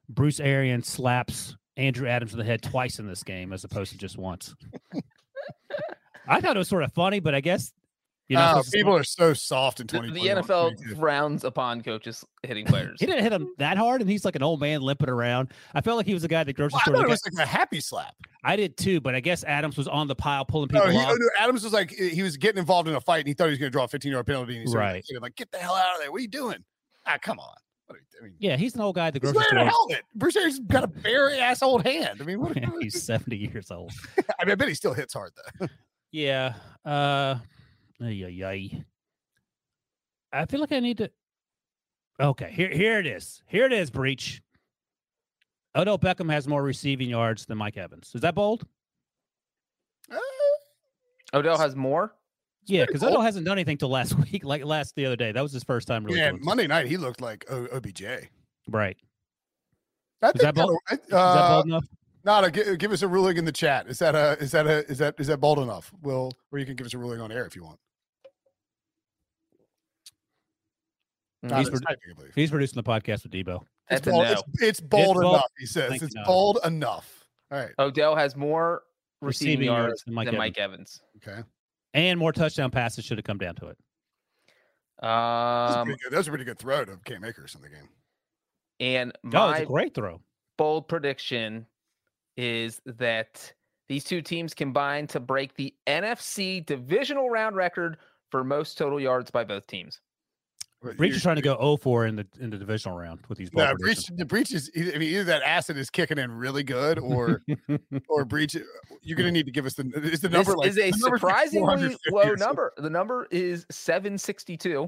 S2: Bruce Arian slaps Andrew Adams in the head twice in this game, as opposed to just once. I thought it was sort of funny, but I guess you know
S1: oh, people are so soft in
S3: The,
S1: twenty.
S3: the NFL frowns upon coaches hitting players.
S2: He didn't hit him that hard, and he's like an old man limping around. I felt like he was a guy at the grocery
S1: Well, I
S2: store.
S1: thought
S2: that
S1: it
S2: got-
S1: was like a happy slap.
S2: I did too, but I guess Adams was on the pile pulling people
S1: No, he,
S2: off.
S1: oh, no, Adams was like he was getting involved in a fight, and he thought he was going to draw a fifteen-yard penalty. And he started
S2: Right.
S1: kicking him, like, "Get the hell out of there! What are you doing? Ah, come on! What are you- I mean,
S2: Yeah, he's an old guy at the
S1: He's
S2: grocery
S1: wearing a
S2: store.
S1: helmet. Bruce Arians got a bare ass old hand. I mean, what?
S2: he's seventy years old.
S1: I, mean, I bet he still hits hard though.
S2: Yeah. Uh. Yeah. Yeah. I feel like I need to. Okay. Here. Here it is. Here it is. Breach. Odell Beckham has more receiving yards than Mike Evans. Is that bold?
S1: Uh,
S3: Odell has more.
S2: yeah, because Odell hasn't done anything till last week, like last the other day. That was his first time really.
S1: yeah,
S2: doing
S1: Monday night he looked like O- OBJ.
S2: something. right.
S1: I
S2: that
S1: think
S2: bold?
S1: that'll-
S2: Is that
S1: uh,
S2: bold enough?
S1: Nada, give, give us a ruling in the chat. Is that a is that a is that is that bold enough? Will or you can give us a ruling on air if you want.
S3: Mm,
S1: Nada,
S2: Mm, he's
S1: it's
S2: produ-
S1: typing, I believe.
S2: He's producing the podcast with Debo.
S1: It's
S3: That's a
S1: bold,
S3: no.
S1: it's, it's bold
S2: bold.
S1: enough. He says
S2: Thank you,
S1: it's
S2: Nada.
S1: bold enough. All right.
S3: Odell has more receiving,
S2: Receiving
S3: yards,
S2: yards than Mike
S3: than Mike Evans.
S1: Okay.
S2: And more touchdown passes should have come down to it.
S1: That's
S3: Um,
S1: pretty good. That was a pretty good throw to Cam Akers in the game.
S3: and
S2: Oh, it's
S3: my
S2: a great throw.
S3: bold prediction is that these two teams combine to break the NFC divisional round record for most total yards by both teams.
S1: But
S2: Breach
S1: you-
S2: is trying to go 0 4 in the in the divisional round with these bold
S1: No, breach.
S2: predictions.
S1: The breach is. e, I mean, either that acid is kicking in really good, or or breach. You're gonna need to give us the. Is the number
S3: this
S1: like
S3: is a
S1: the number's like
S3: surprisingly
S1: 450
S3: low
S1: or something.
S3: number. The number is 762.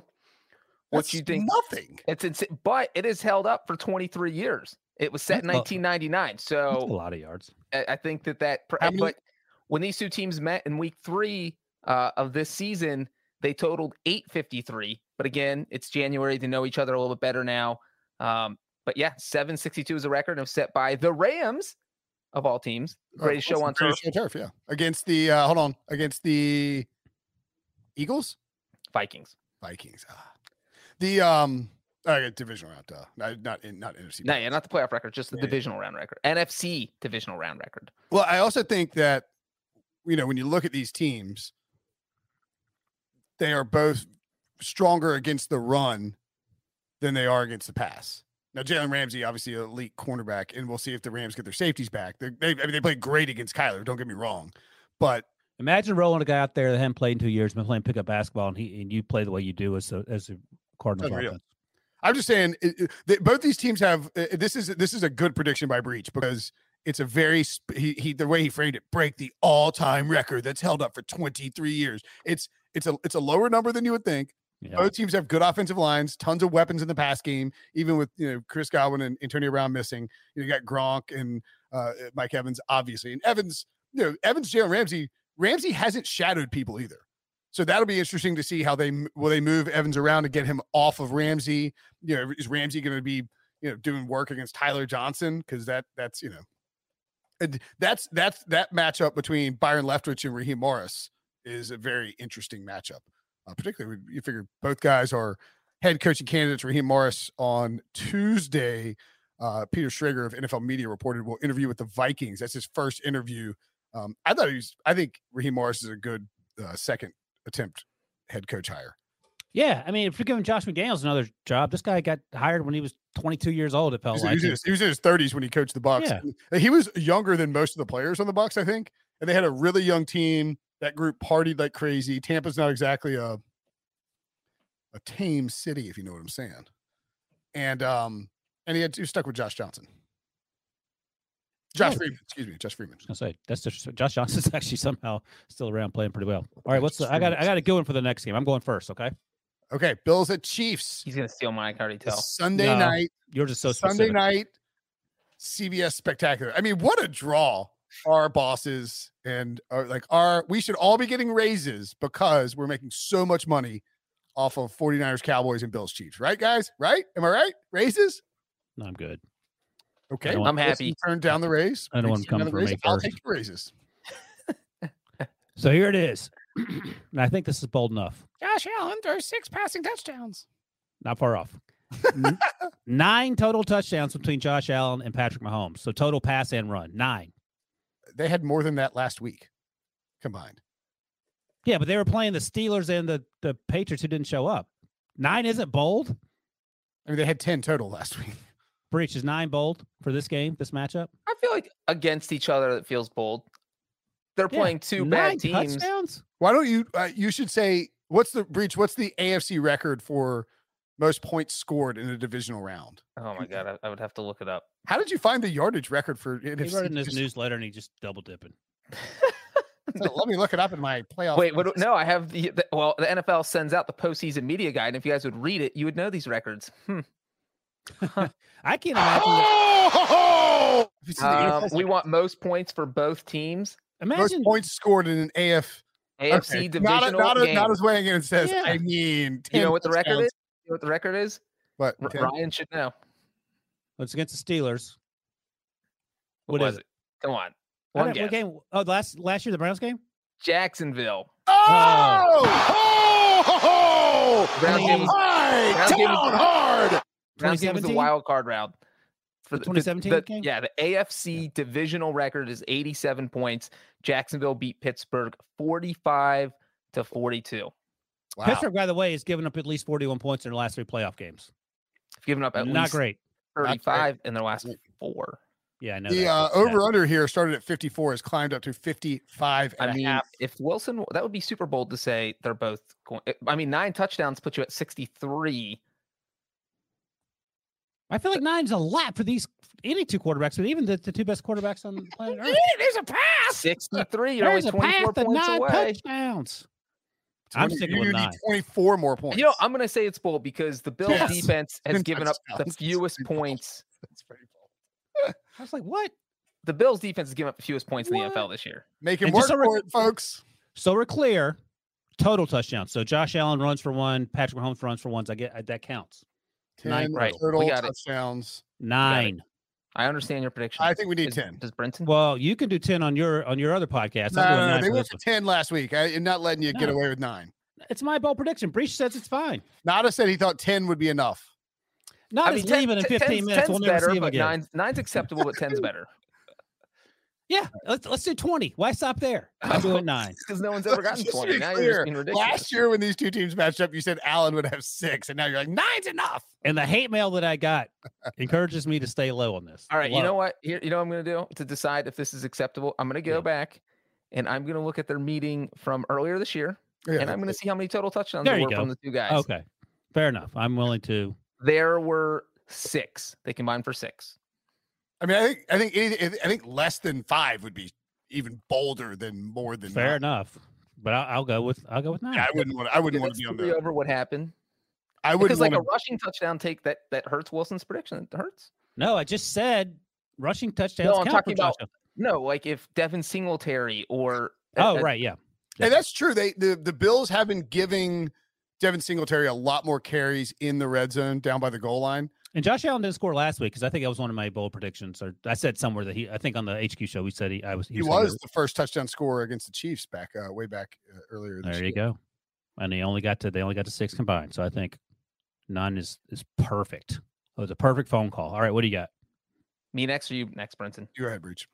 S3: What
S1: That's
S3: you think?
S1: Nothing.
S3: It's insi- but it is held up for 23 years. It was set in
S2: That's a-
S3: 1999.
S1: Oh.
S2: That's a
S3: So
S2: lot of yards.
S3: I, I think that that. pr-
S1: How many-
S3: But when these two teams met in week three uh, of this season, they totaled 853. But again, it's January. They know each other a little bit better now. Um, but yeah, 762 is a record and set by the Rams of all teams.
S1: Oh,
S3: Greatest
S1: of
S3: show
S1: course,
S3: on
S1: the greatest show turf. Yeah, against the uh, hold on, against the Eagles,
S3: Vikings.
S1: Vikings. Ah. The um, uh, divisional round. Uh, not not in not NFC.
S3: No, yeah, not the playoff record, just the
S1: Yeah, yeah.
S3: divisional round record. NFC divisional round record.
S1: Well, I also think that you know when you look at these teams, they are both stronger against the run than they are against the pass. Now, Jalen Ramsey, obviously an elite cornerback, and we'll see if the Rams get their safeties back. They, they, I mean, they played great against Kyler. Don't get me wrong, but
S2: Imagine rolling a guy out there that hadn't played in two years, been playing pickup basketball, and he and you play the way you do as a as a Cardinals
S1: Unreal.
S2: offense.
S1: I'm just saying it, it- they, both these teams have uh, this is this is a good prediction by Breach because it's a very sp- he, he the way he framed it break the all-time record that's held up for 23 years. It's it's a it's a lower number than you would think.
S2: Yeah.
S1: Both teams have good offensive lines, tons of weapons in the pass game, even with you know Chris Godwin and Antonio Brown missing. You got Gronk and uh, Mike Evans, obviously, and Evans. You know Evans, Jalen Ramsey. Ramsey hasn't shadowed people either, so that'll be interesting to see how they m- will they move Evans around to get him off of Ramsey. You know, is Ramsey going to be you know doing work against Tyler Johnson because that that's you know. and That's that's that matchup between Byron Leftwich and Raheem Morris is a very interesting matchup uh, particularly when you figure both guys are head coaching candidates. Raheem Morris on Tuesday, uh, Peter Schrager of NFL Media reported will interview with the Vikings. That's his first interview. Um, I thought he was. I think Raheem Morris is a good uh, second attempt head coach hire.
S2: yeah, I mean, if you're giving Josh McDaniels another job, this guy got hired when he was 22 years old. It
S1: He
S2: felt
S1: was, he
S2: like
S1: was in his, he was in his 30s when he coached the Bucks.
S2: Yeah.
S1: And He was younger than most of the players on the Bucks, I think. And they had a really young team. That group partied like crazy. Tampa's not exactly a a tame city, if you know what I'm saying. And um, and he had he was stuck with Josh Johnson. Josh
S2: Oh.
S1: Freeman, excuse me, Josh Freeman.
S2: I was gonna say that's just Josh Johnson's actually somehow still around playing pretty well. All
S1: Yeah,
S2: right, what's the,
S1: just
S2: I got?
S1: freaking
S2: I got to go in for the next game. I'm going first. Okay,
S1: Okay, Bills at Chiefs.
S3: He's gonna steal mine. I can already
S1: It's
S3: tell.
S1: Sunday
S2: No.
S1: night.
S2: you're just so
S1: Sunday
S2: specific.
S1: night, CBS spectacular. I mean, what a draw! Our bosses and our, like our, we should all be getting raises because we're making so much money off of 49ers, Cowboys, and Bills, Chiefs. Right, guys? Right? Am I right? Raises?
S2: No, I'm good.
S1: Okay,
S2: don't
S3: I'm
S1: Wilson
S3: happy.
S1: Turned down the raise.
S2: I don't want
S1: Thanks
S2: them
S1: for
S2: coming
S1: another
S2: for
S1: raise.
S2: me
S1: I'll
S2: first.
S1: take the raises.
S2: So here it is, and I think this is bold enough.
S1: Josh Allen throws six passing touchdowns.
S2: Not far off. N- Nine total touchdowns between Josh Allen and Patrick Mahomes. So total pass and run nine.
S1: They had more than that last week combined.
S2: Yeah, but they were playing the Steelers and the the Patriots who didn't show up. Nine isn't bold.
S1: I mean, they had ten total last week.
S2: Breach is nine bold for this game, this matchup.
S3: I feel like against each other that feels bold. They're
S2: Yeah,
S3: playing two
S2: Nine
S3: bad teams.
S2: touchdowns?
S1: Why don't you? Uh, you should say what's the breach? What's the AFC record for most points scored in a divisional round?
S3: Oh my god, I, I would have to look it up.
S1: How did you find the yardage record for
S2: He
S1: NFC?
S2: wrote it in his
S1: Just-
S2: newsletter and he just double dipping.
S1: Let me look it up in my playoff.
S3: Wait, what, do- no, I have the, the well, the NFL sends out the postseason media guide, and if you guys would read it, you would know these records. Hmm.
S2: I can't imagine. that-
S1: Oh!
S3: Um, we want most points for both teams.
S1: most
S2: imagine
S1: points scored in an AF
S3: AFC divisional
S1: not, not,
S3: game.
S1: not as weighing in and says,
S2: Yeah.
S1: I mean,
S3: you
S1: 10
S3: know what the record
S1: touchdowns,
S3: is? You know what the record is?
S1: But
S3: R-
S1: 10
S3: Ryan should know.
S2: Oh, It's against the Steelers. What
S3: was
S2: is
S3: it? Come on.
S2: I
S3: One
S2: don't-
S3: guess.
S2: what game? Oh, the last last year the Browns game.
S3: Jacksonville.
S1: Oh! Oh! oh!
S3: Round game was-
S1: High,
S3: round game was-
S1: down hard.
S3: Round game was the
S2: 2017?
S3: wild card round. For
S2: The 2017
S3: the-
S2: game?
S3: Yeah, the AFC divisional record is 87 points. Jacksonville beat Pittsburgh 45 to 42.
S1: Wow.
S2: Pittsburgh, by the way, has given up at least 41 points in their last three playoff games.
S3: They've given up at
S2: Not
S3: least
S2: great.
S3: 35 in their last four.
S2: Yeah, I know.
S1: The
S2: that.
S1: uh,
S2: That's sad.
S1: over under here started at 54, has climbed up to 55.
S3: I
S1: and a
S3: mean,
S1: half.
S3: if Wilson, that would be super bold to say they're both going. I mean, nine touchdowns put you at 63.
S2: I feel like nine's a lot for these any two quarterbacks, but even the, the two best quarterbacks on the planet Earth.
S3: There's a pass. 63. You're
S2: There's
S3: only
S2: a path
S3: 24
S2: to
S3: points
S2: nine
S3: away.
S2: touchdowns. I'm
S1: 20
S2: sticking
S1: you
S2: with
S1: need
S2: nine.
S1: 24 more points.
S3: You know, I'm going to say it's bold because the Bills
S1: Yes.
S3: defense has
S1: Ten
S3: given up the
S1: touchdowns.
S3: fewest
S1: Pretty bold.
S3: points.
S1: That's pretty cool.
S2: I was like, what?
S3: The Bills defense has given up the fewest points in the
S2: What?
S3: NFL this year.
S1: Make him
S2: And
S1: work
S2: just so
S1: for
S2: we're-
S1: it, folks.
S2: So we're clear. Total touchdowns. So Josh Allen runs for one. Patrick Mahomes runs for ones. I get that counts.
S1: 10
S2: Nine.
S3: Right. We
S1: total
S3: got it.
S1: touchdowns.
S2: Nine.
S3: I understand your prediction.
S1: I think we need
S3: Does-
S1: 10.
S3: Does Brenton?
S2: Well, you can do ten on your on your other podcast.
S1: No,
S2: I'm doing
S1: no, no,
S2: nine
S1: They
S2: for
S1: went
S2: this
S1: for 10 last week. I, am not letting you get
S2: No.
S1: away with nine.
S2: one. It's my bold prediction. Breach says it's fine.
S1: Nada said he thought 10 would be enough.
S2: Not as leaving in 15 minutes. We'll never
S3: better,
S2: see him
S3: but
S2: again.
S3: Nine's, nine's acceptable, but 10's better.
S2: Yeah, let's let's do 20. Why stop there? I'm doing nine.
S3: Because no one's ever gotten
S1: Just to
S3: 20.
S1: be
S3: Now you're
S1: clear,
S3: just being ridiculous.
S1: Last year, when these two teams matched up, you said Allen would have six, and now you're like, nine's enough.
S2: And the hate mail that I got encourages me to stay low on this.
S3: All right, you
S2: Love
S3: know what? Here, you know what I'm going to do to decide if this is acceptable. I'm going to go
S2: Yeah.
S3: back, and I'm going to look at their meeting from earlier this year, and I'm going to see how many total touchdowns
S2: There
S3: there
S2: you
S3: were from
S2: go.
S3: the two guys.
S2: it. Okay, fair enough. I'm willing to.
S3: There were six. They combined for six.
S1: I mean, I think I think anything, I think less than five would be even bolder than more than
S2: Fair
S1: nine.
S2: enough. But I'll, I'll go with I'll go with nine.
S1: Yeah, I wouldn't want. I wouldn't want
S3: Because that's
S1: to be on
S3: three
S1: the.
S3: over what happened.
S1: I wouldn't
S3: Because like
S1: want
S3: a
S1: to.
S3: rushing touchdown take that that hurts Wilson's prediction. It hurts.
S2: No, I just said rushing touchdowns.
S3: No, I'm
S2: count
S3: talking
S2: for Josh
S3: about- No, like if Devin Singletary or
S2: Allen.
S3: uh,
S2: Oh, right, yeah.
S1: And that's true. They the the Bills have been giving Devin Singletary a lot more carries in the red zone down by the goal line.
S2: And Josh Allen didn't score last week because I think that was one of my bold predictions. Or I said somewhere that he, I think on the HQ show, we said he, I was,
S1: He
S2: gonna
S1: was the first touchdown scorer against the Chiefs back uh, way back uh, earlier.
S2: go-
S1: This
S2: There
S1: year.
S2: you go. And they only got to, they only got to six combined. So I think nine is is perfect. It was a perfect phone call. All right, what do you got?
S3: me next or you next, Brenton.
S1: Go ahead, Breach.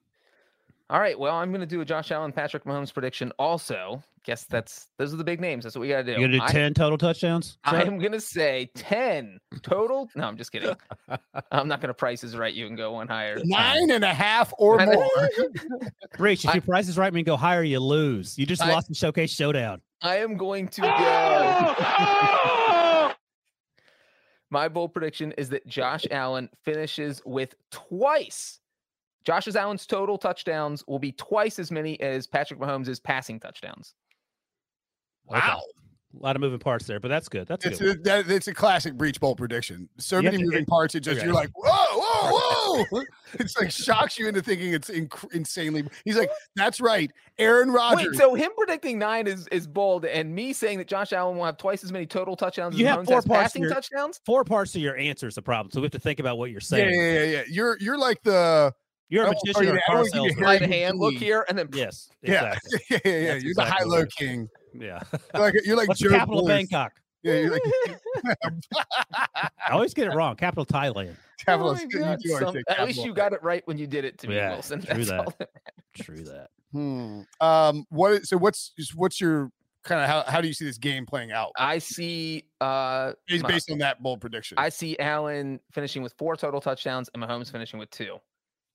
S3: All right. Well, I'm going to do a Josh Allen, Patrick Mahomes prediction. Also, guess that's those are the big names. That's what we got to do.
S2: You gonna do
S3: I-
S2: ten total touchdowns?
S3: I
S2: Chuck?
S3: am going to say 10 total. No, I'm just kidding. I'm not going to price is right. You can go one higher.
S1: Nine and a half or
S3: I-
S1: more.
S2: Breach, if
S3: I-
S2: your price is right, we can go higher. You lose. You just
S3: I-
S2: lost in showcase showdown.
S3: I am going to
S1: Ah!
S3: go. My bold prediction is that Josh Allen finishes with twice. Josh Allen's total touchdowns will be twice as many as Patrick Mahomes' passing touchdowns.
S2: Okay.
S1: Wow.
S2: A lot of moving parts there, but that's good. That's
S1: It's
S2: good.
S1: a, that, it's a classic breach bolt prediction. So
S2: You have
S1: many
S2: to-
S1: moving parts, it just
S2: okay.
S1: you're like, whoa, whoa, whoa! it's like shocks you into thinking it's inc- insanely. He's like, that's right, Aaron Rodgers.
S3: Wait, so him predicting nine is is bold, and me saying that Josh Allen will have twice as many total touchdowns
S2: You
S3: as
S2: have
S3: Mahomes
S2: four
S3: has
S2: parts
S3: passing
S2: here.
S3: touchdowns.
S2: Four parts of your answer is the problem. So we have to think about what you're
S1: yeah, Oh, yeah,
S2: saying.
S1: yeah, yeah. You're you're like the
S2: You're
S1: I
S2: a
S1: won't
S2: magician
S1: tell you
S2: or a
S1: that. I
S2: car
S1: won't give you
S2: salesman.
S1: Harry
S3: By the hand, look
S1: Houdini.
S3: here, and then
S2: Yes.
S1: yeah,
S2: Exactly.
S1: yeah, yeah, yeah.
S2: That's
S1: You're the high
S2: exactly what
S1: low
S2: it is.
S1: king.
S2: Yeah.
S1: You're like you're like
S2: What's
S1: Joe
S2: the capital of
S1: Bluth.
S2: Bangkok?
S1: Yeah, you're like
S2: I always get it wrong. Capital Thailand.
S1: capital.
S3: Oh my
S1: you
S3: God,
S1: do, I
S3: some-
S1: think,
S3: at least
S1: capital.
S3: you got it right when you did it to me,
S2: Yeah,
S3: Wilson.
S2: true
S3: That's
S2: that.
S3: all that-
S2: True that.
S1: Hmm. Um. What? is- So what's is- what's your kind of how how do you see this game playing out?
S3: I see. Uh,
S1: Based,
S3: Ma-
S1: based on that bold prediction.
S3: I see Allen finishing with four total touchdowns, and Mahomes finishing with two.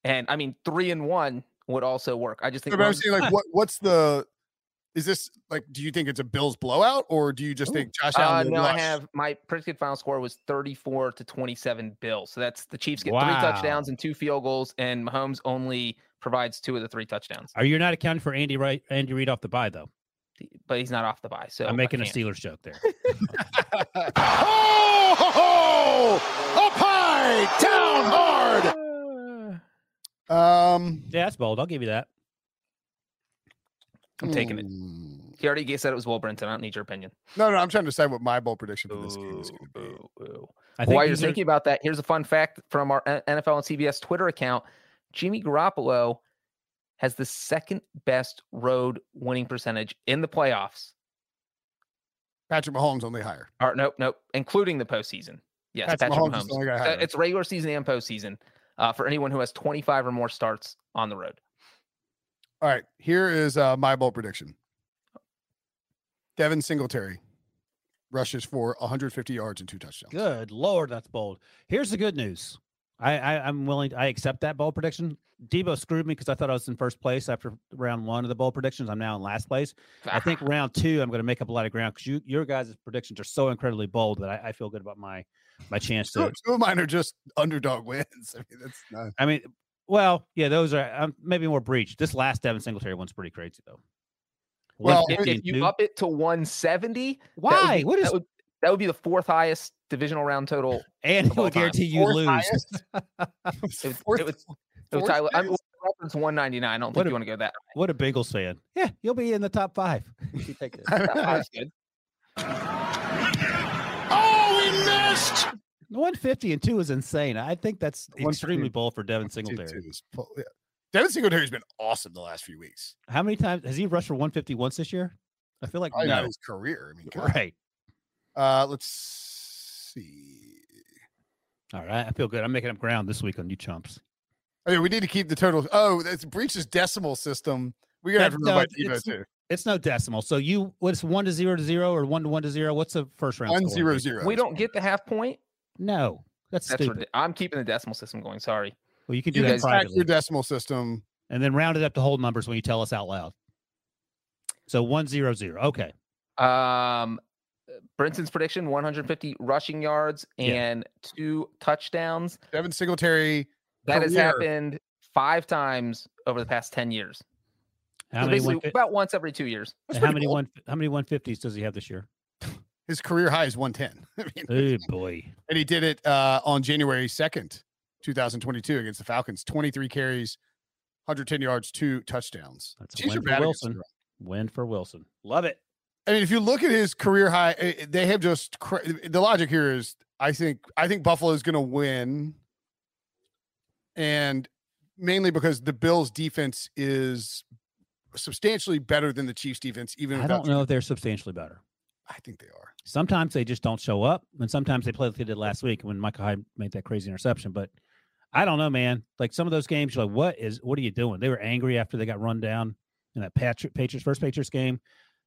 S3: And I mean, three and one would also work. I just think
S1: No, but I'm
S3: Mahomes-
S1: saying, like, what what's the is this like? Do you think it's a Bills blowout, or do you just
S3: Ooh.
S1: think Josh
S3: Uh,
S1: Allen? will
S3: no, I
S1: rush?
S3: have my predicted final score was 34 to 27 Bills. So that's the Chiefs get three
S2: Wow.
S3: touchdowns and two field goals, and Mahomes only provides two of the three touchdowns.
S2: Are you not accounting for Andy right Andy Reid off the bye though?
S3: But he's not off the bye. So I
S2: I'm making a
S3: can't.
S2: Steelers joke there.
S1: Oh, ho, ho! up high, down hard. Um,
S2: Yeah, that's bold. I'll give you that.
S3: I'm taking it.
S1: hmm,
S3: He already said it was Will Brinson. I don't need your opinion.
S1: No, no, I'm trying to decide what my bowl prediction for this game is going to be.
S3: Ooh, ooh.
S2: I
S3: While
S2: these are-
S3: you're thinking about that, here's a fun fact from our uh, N- NFL and CBS Twitter account: Jimmy Garoppolo has the second best road winning percentage in the playoffs.
S1: Patrick Mahomes only higher.
S3: Or nope, nope, including the postseason. Yes,
S1: Patrick,
S3: Patrick,
S1: Mahomes, is
S3: Mahomes.
S1: the only guy
S3: Uh,
S1: higher.
S3: it's regular season and postseason uh, for anyone who has 25 or more starts on the road.
S1: All right, here is uh, my bowl prediction. Devin Singletary rushes for 150 yards and two touchdowns.
S2: Good lord, that's bold. Here's the good news. I, I I'm willing. I accept that bold prediction. Debo screwed me because I thought I was in first place after round one of the bold predictions. I'm now in last place. I
S3: Ah,
S2: think round two, I'm going to make up a lot of ground because you your guys' predictions are so incredibly bold that I, I feel good about my my chance
S1: Two,
S2: to.
S1: two of mine are just underdog wins. I mean, that's not,
S2: I mean, well, yeah, those are um, maybe more breach. This last Devin Singletary one's pretty crazy though.
S1: Well,
S3: If, if
S2: 150
S3: you
S2: dude.
S3: up it to 170, that would
S2: why?
S3: be-
S2: what is?
S3: that would, that would be the fourth highest divisional round total.
S2: and
S3: of
S2: he
S3: all
S2: would
S3: time.
S2: guarantee you
S1: Fourth
S2: lose.
S1: highest?
S3: It was-
S1: Fourth-
S3: it was-
S1: fourth
S3: Tyler, I'm
S1: highest?
S3: reference 199. I don't
S2: What
S3: think
S2: a-
S3: you want to go that.
S2: What a Bengals fan! Yeah, you'll be in the top five. if you take this.
S3: that high. That's good.
S1: oh, we missed.
S2: 150 and two is insane. I think that's
S1: 150
S2: extremely bold for Devin
S1: Two
S2: Singletary.
S1: twos. Po- yeah. Devin Singletary's been awesome the last few weeks.
S2: How many times has he rushed for 150 once this year? I feel like
S1: Probably not
S2: no.
S1: his career. I mean, God.
S2: Right.
S1: Uh, let's see.
S2: All right. I feel good. I'm making up ground this week on you chumps.
S1: Oh, yeah, we need to keep the total. Oh, that's breaches decimal system. We're gonna have to
S2: That-
S1: remove by
S2: no,
S1: Debo
S2: it's-
S1: too.
S2: It's no decimal. So you what's one to zero to zero or one to one to zero? What's the first round?
S1: One
S2: score?
S1: zero zero.
S3: We don't get the half point.
S2: No. That's,
S3: That's
S2: stupid.
S3: ridiculous. I'm keeping the decimal system going. Sorry.
S2: Well, you can do
S1: You
S2: that
S1: guys track
S2: privately
S1: your decimal system.
S2: and then round it up to whole numbers when you tell us out loud. So one zero zero. Okay.
S3: Um, Brinson's prediction 150 rushing yards
S2: Yeah.
S3: and two touchdowns.
S1: Devin Singletary.
S3: That has
S1: Career.
S3: happened five times over the past 10 years.
S2: How
S3: So
S2: many,
S3: basically,
S2: one,
S3: about once every two years.
S2: how many one how many 150s does he have this year?
S1: His career high is one ten. I mean,
S2: Oh boy.
S1: and he did it uh, on January second, two thousand twenty two, against the Falcons. Twenty three carries, hundred ten yards, two touchdowns.
S2: That's
S1: Chiefs
S2: a
S1: are
S2: win
S1: bad
S2: for
S1: against the
S2: Wilson. Win for Wilson. Love it.
S1: I mean, if you look at his career high, eh, they have just cra- the logic here is I think I think Buffalo is going to win, and mainly because the Bills' defense is substantially better than the Chiefs' defense. Even
S2: I
S1: without,
S2: don't know if they're substantially better.
S1: I think they are.
S2: Sometimes they just don't show up, and sometimes they play like they did last week when Michael Hyde made that crazy interception. But I don't know, man. Like some of those games, you're like, "What is? What are you doing?" They were angry after they got run down in that Patrick Patriots first Patriots game,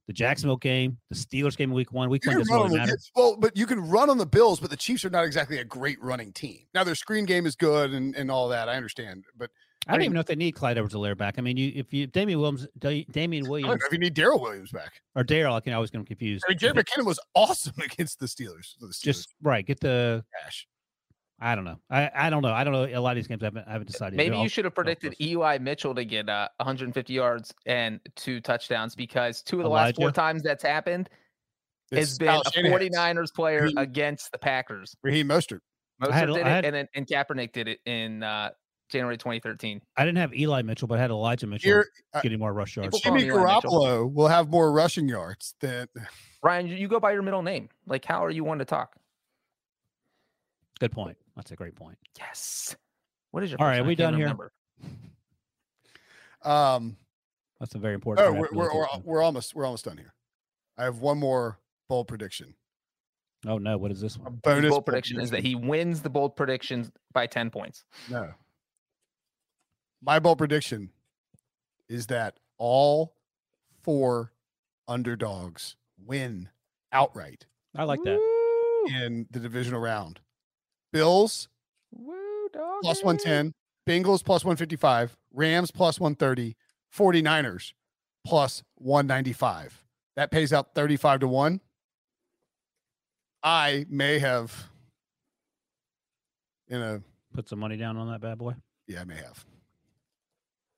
S2: the Jacksonville game, the Steelers game in Week One. Week One
S1: You can
S2: doesn't
S1: run on
S2: really
S1: the-
S2: matter.
S1: well, but you can run on the Bills, but the Chiefs are not exactly a great running team. Now their screen game is good and, and all that. I understand, but
S2: I don't
S1: mean-
S2: even know if they need Clyde Edwards-Helaire back. I mean, you if you Damian Williams, Da-
S1: I
S2: Damian
S1: don't
S2: Williams
S1: know if you need Daryl Williams back.
S2: or Daryl, I can always get them confused.
S1: I mean, Jared McKinnon was awesome against the Steelers. The Steelers
S2: Just right, get the
S1: trash.
S2: I don't know. I, I don't know. I don't know. A lot of these games I haven't, I haven't decided. yet.
S3: Maybe
S2: I'll-
S3: you should have predicted
S2: close.
S3: Eli Mitchell to get uh, 150 yards and two touchdowns because two of the last four
S2: Elijah?
S3: times that's happened
S1: It's
S3: has been
S1: Kyle
S3: a
S1: Shanahan's.
S3: 49ers player
S1: He-
S3: against the Packers.
S1: Raheem Mostert.
S3: Mostert
S2: had-
S3: did it,
S2: I had-
S3: and then and Kaepernick did it in uh, January 2013.
S2: I didn't have Eli Mitchell, but I had Elijah Mitchell
S1: Here, uh,
S2: getting more rush yards.
S3: people call
S1: Jimmy
S3: me Ryan Mitchell.
S1: Garoppolo will have more rushing yards than
S3: Ryan, you- you go by your middle name. Like, how are you one to talk?
S2: Good point. That's a great point.
S3: Yes. What is your?
S2: All
S3: first
S2: right,
S3: name?
S2: we
S3: I can't
S2: done here?
S3: remember.
S1: um
S2: That's a very important.
S1: oh, we're,
S2: draft
S1: we're, we're,
S2: notation.
S1: we're almost we're almost done here. I have one more bold prediction.
S2: oh no, what is this
S1: A
S2: one?
S1: bonus
S3: His bold prediction is that he wins the bold predictions by 10 points.
S1: no. My bold prediction is that all four underdogs win outright
S2: I like that.
S3: Woo,
S1: in the divisional round. Bills
S3: woo, dog.
S1: plus 110, Bengals plus 155, Rams plus 130, 49ers plus 195. That pays out 35 to 1. I may have in a
S2: Put some money down on that bad boy.
S1: yeah, I may have.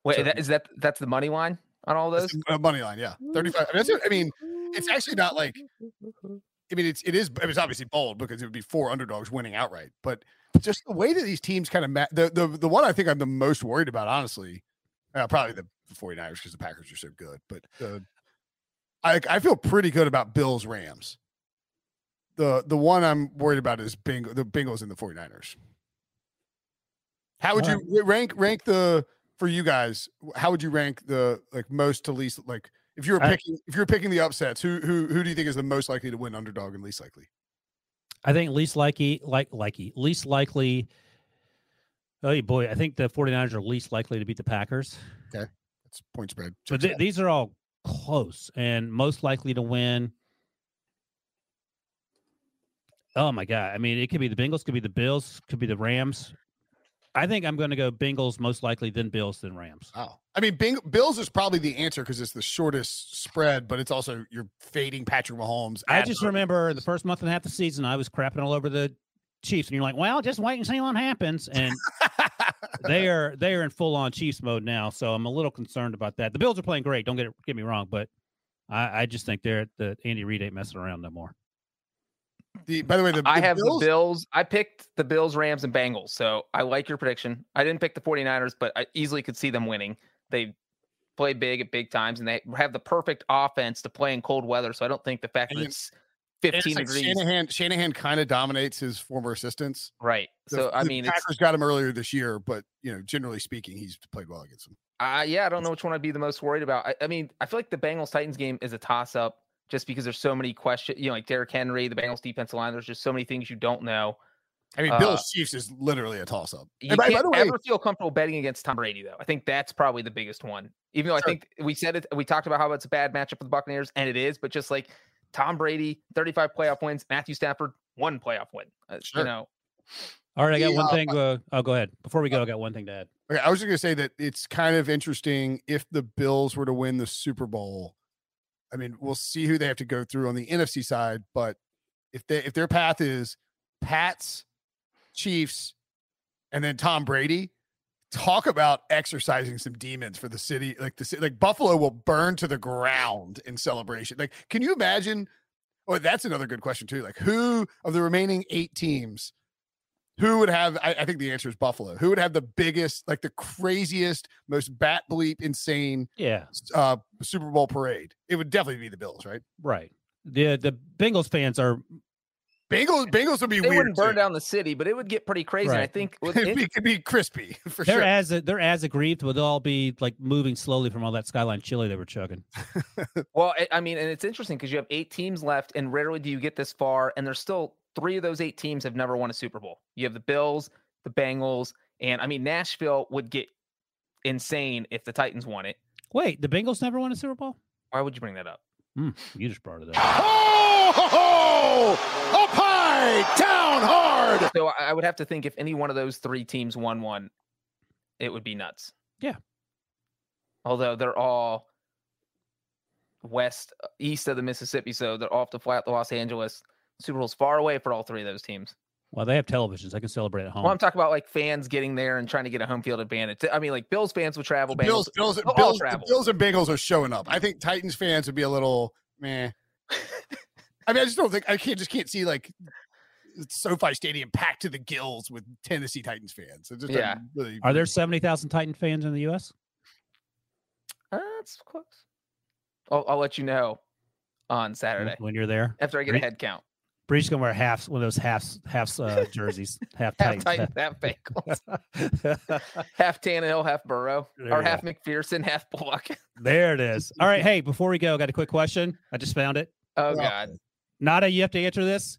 S3: Wait,
S1: Sorry.
S3: that, is that that's the money line on all
S1: That's
S3: those?
S1: a money line, yeah. 35. I mean, that's- I mean, it's actually not like I mean, it's it is it's obviously bold because it would be four underdogs winning outright, but just the way that these teams kind of ma- the the the one I think I'm the most worried about, honestly, uh, probably the, the 49ers because the Packers are so good, but uh, I I feel pretty good about Bills Rams. The the one I'm worried about is Bingo, the Bengals and the 49ers. How would
S2: All
S1: you rank rank the for you guys? How would you rank the like most to least like if you were
S2: I-
S1: picking if you're picking the upsets, who who who do you think is the most likely to win underdog and least likely?
S2: I think least likely, like likely, least likely. Oh boy, I think the 49ers are least likely to beat the Packers.
S1: That's point spread.
S2: But
S1: Checks
S2: th-
S1: out.
S2: these are all close and most likely to win. Oh my god! I mean, it could be the Bengals, could be the Bills, could be the Rams. I think I'm going to go Bengals most likely, then Bills, then Rams.
S1: Wow. I mean, Bing, Bills is probably the answer because it's the shortest spread, but it's also you're fading Patrick Mahomes.
S2: I
S1: at
S2: just
S1: home.
S2: remember in the first month and a half of the season, I was crapping all over the Chiefs, and you're like, "Well, just wait and see what happens." And they are they are in full on Chiefs mode now, so I'm a little concerned about that. The Bills are playing great. Don't get it- get me wrong, but I, I just think they're the Andy Reid ain't messing around no more.
S1: the, by the way, the,
S3: I
S1: the
S3: have
S1: Bills,
S3: the Bills. I picked the Bills, Rams, and Bengals. So I like your prediction. I didn't pick the 49ers, but I easily could see them winning. They play big at big times and they have the perfect offense to play in cold weather. So I don't think the fact
S1: And
S3: that
S1: then-
S3: it's
S1: and it's
S3: 15
S1: like
S3: degrees.
S1: Shanahan, Shanahan kind of dominates his former assistants.
S3: Right.
S1: The-
S3: So I
S1: the
S3: mean, it's,
S1: Packers got him earlier this year, but you know, generally speaking, he's played well against them.
S3: I yeah, I don't know which one I'd be the most worried about. I, I mean, I feel like the Bengals Titans game is a toss up just because there's so many questions. You know, like Derrick Henry, the Bengals defensive line. There's just so many things you don't know.
S1: I mean,
S3: Uh,
S1: Bills Chiefs is literally a toss up.
S3: You
S1: And by, by
S3: can't
S1: the way,
S3: ever feel comfortable betting against Tom Brady, though. I think that's probably the biggest one. Even though I
S1: Sure.
S3: think we said it, we talked about how it's a bad matchup for the Buccaneers, and it is. But just like Tom Brady, 35 playoff wins, Matthew Stafford, one playoff win. Uh,
S1: Sure.
S3: You know,
S2: All right, I got
S1: Yeah,
S2: one thing. Uh, oh, go ahead. Before we go, I got one thing to add.
S1: okay, I was just gonna say that it's kind of interesting if the Bills were to win the Super Bowl. I mean, we'll see who they have to go through on the NFC side, but if they if their path is Pats, Chiefs, and then Tom Brady, talk about exercising some demons for the city. Like the ci- like Buffalo will burn to the ground in celebration. Like, can you imagine? Oh, that's another good question too. Like, who of the remaining eight teams? Who would have? I, I think the answer is Buffalo. Who would have the biggest, like the craziest, most bat bleep insane
S2: Yeah,
S1: uh, Super Bowl parade? It would definitely be the Bills, right?
S2: right. the The Bengals fans are
S1: Bengals, Bengals would be
S3: they
S1: weird.
S3: wouldn't burn
S1: too.
S3: down the city, but it would get pretty crazy. And I
S2: Right.
S3: think with
S1: It'd be,
S3: inter-
S1: it'd be crispy for
S2: they're
S1: sure.
S2: as they're as aggrieved, but they'll all be like moving slowly from all that skyline chili they were chugging.
S3: Well, I- I mean, and it's interesting because you have eight teams left, and rarely do you get this far. And there's still three of those eight teams have never won a Super Bowl. You have the Bills, the Bengals, and I mean, Nashville would get insane if the Titans won it.
S2: Wait, the Bengals never won a Super Bowl?
S3: Why would you bring that up?
S2: Hmm, you just brought it up.
S1: Oh, ho, ho! up high, down hard.
S3: So I I would have to think if any one of those three teams won one, it would be nuts.
S2: Yeah.
S3: Although they're all west, uh, east of the Mississippi, so they're off to fly out to Los Angeles. Super Bowl's far away for all three of those teams.
S2: Well, they have televisions. They can celebrate at home.
S3: Well, I'm talking about like fans getting there and trying to get a home field advantage. I mean, like Bills fans would travel. Bengals-
S1: Bills, Bills,
S3: They'll all
S1: Bills, the
S3: travel.
S1: Bills and Bengals are showing up. I think Titans fans would be a little meh. I mean, I just don't think I can't just can't see like SoFi Stadium packed to the gills with Tennessee Titans fans. It just doesn't
S3: Yeah.
S1: really-
S2: are there seventy thousand Titan fans in the U.S.?
S3: Uh, that's close. I'll, I'll let you know on
S2: when-
S3: Saturday
S2: When you're there,
S3: after I get a
S2: Great.
S3: head count.
S2: Bree's gonna wear halves one of those halves halves uh, jerseys, half Titans.
S3: Half Titans, half Bengals, half Tannehill, half Burrow,
S2: There
S3: or
S2: you go.
S3: half McPherson, half Bullock.
S2: there it is. All right, hey, before we go, I got a quick question. I just found it.
S1: Well,
S3: Oh God,
S2: Nada, you have to answer this.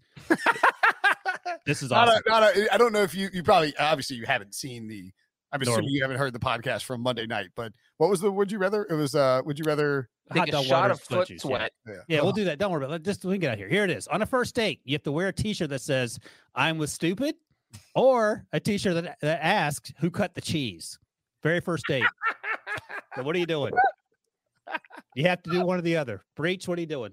S2: this is
S1: Not
S2: awesome.
S1: a, not a, I don't know if you you probably obviously you haven't seen the. I'm
S2: Nor-
S1: assuming you haven't heard the podcast from Monday night. But what was the? Would you rather? It was. uh Would you rather?
S2: Hot
S3: take a
S2: dog
S3: shot
S2: water
S3: of foot
S2: squishies,
S3: sweat.
S2: Yeah, we'll
S1: Ugh.
S2: do that. Don't worry about it. Let- Just we can get out of here. Here it is. On a first date, you have to wear a T-shirt that says "I'm with stupid," or a T-shirt that, that asks "Who cut the cheese?" Very first date. so what are you doing? You have to do one or the other. Breach. What are you doing?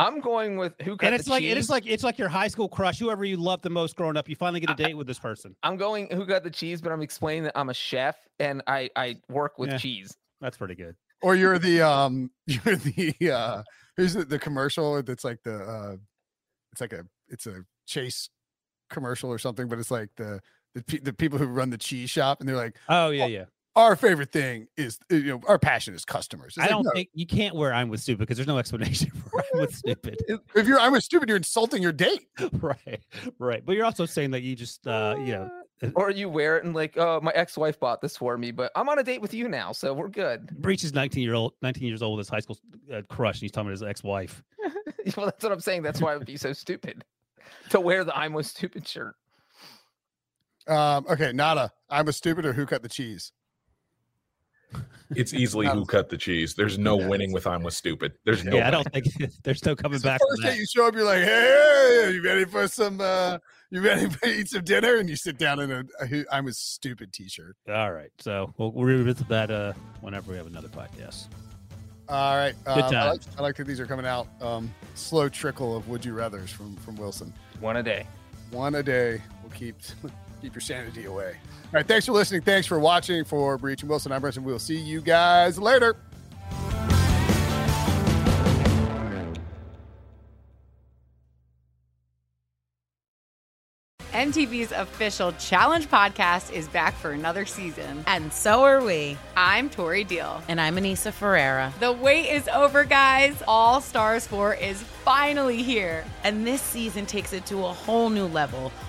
S3: I'm going with who cut
S2: and
S3: the
S2: it's like it's
S3: cheese?
S2: like it's like your high school crush, whoever you loved the most growing up. You finally get a date with this person.
S3: I'm going who got the cheese, but I'm explaining that I'm a chef and I I work with
S2: Yeah.
S3: cheese.
S2: That's pretty good.
S1: or you're the um you're the uh who's the, the commercial that's like the uh it's like a it's a chase commercial or something but it's like the the, pe- the people who run the cheese shop and they're like
S2: Oh yeah, yeah.
S1: our favorite thing is you know our passion is customers. It's
S2: I
S1: like,
S2: don't
S1: no,
S2: think you can't wear "I'm with stupid" because there's no explanation for "I'm with stupid."
S1: if you're I'm a stupid, you're insulting your date.
S2: right, right. But you're also saying that you just, uh, you know,
S3: Or you wear it and like, oh, my ex-wife bought this for me, but I'm on a date with you now, so we're good.
S2: Breach is 19 year old, 19 years old with his high school uh, crush, and he's talking about his ex wife.
S3: well, that's what I'm saying. That's why I would be so stupid to wear the I'm with stupid shirt.
S1: Um, okay, Nada, I'm a stupid or who cut the cheese?
S5: It's easily who cut the cheese. There's no winning with I'm with stupid. There's no.
S2: Yeah, I don't think there's no coming
S1: It's the
S2: back.
S1: first day
S2: From that.
S1: you show up, you're like, hey, you ready for some? Uh, you ready to eat some dinner? And you sit down in a, a who- I'm a stupid T-shirt.
S2: All right, so we'll, we'll revisit that uh, whenever we have another podcast.
S1: All right, um, I, like,
S2: times.
S1: I like that these are coming out. Um, slow trickle of would you rather's from from Wilson.
S3: One a day.
S1: one a day will keep keep your sanity away. All right, thanks for listening. Thanks for watching. For Breach and Wilson, I'm Brenton. We'll see you guys later.
S6: MTV's official Challenge podcast is back for another season.
S7: And so are we.
S6: I'm Tori Deal.
S7: And I'm Anissa Ferreira.
S6: The wait is over, guys. All Stars 4 is finally here.
S7: And this season takes it to a whole new level.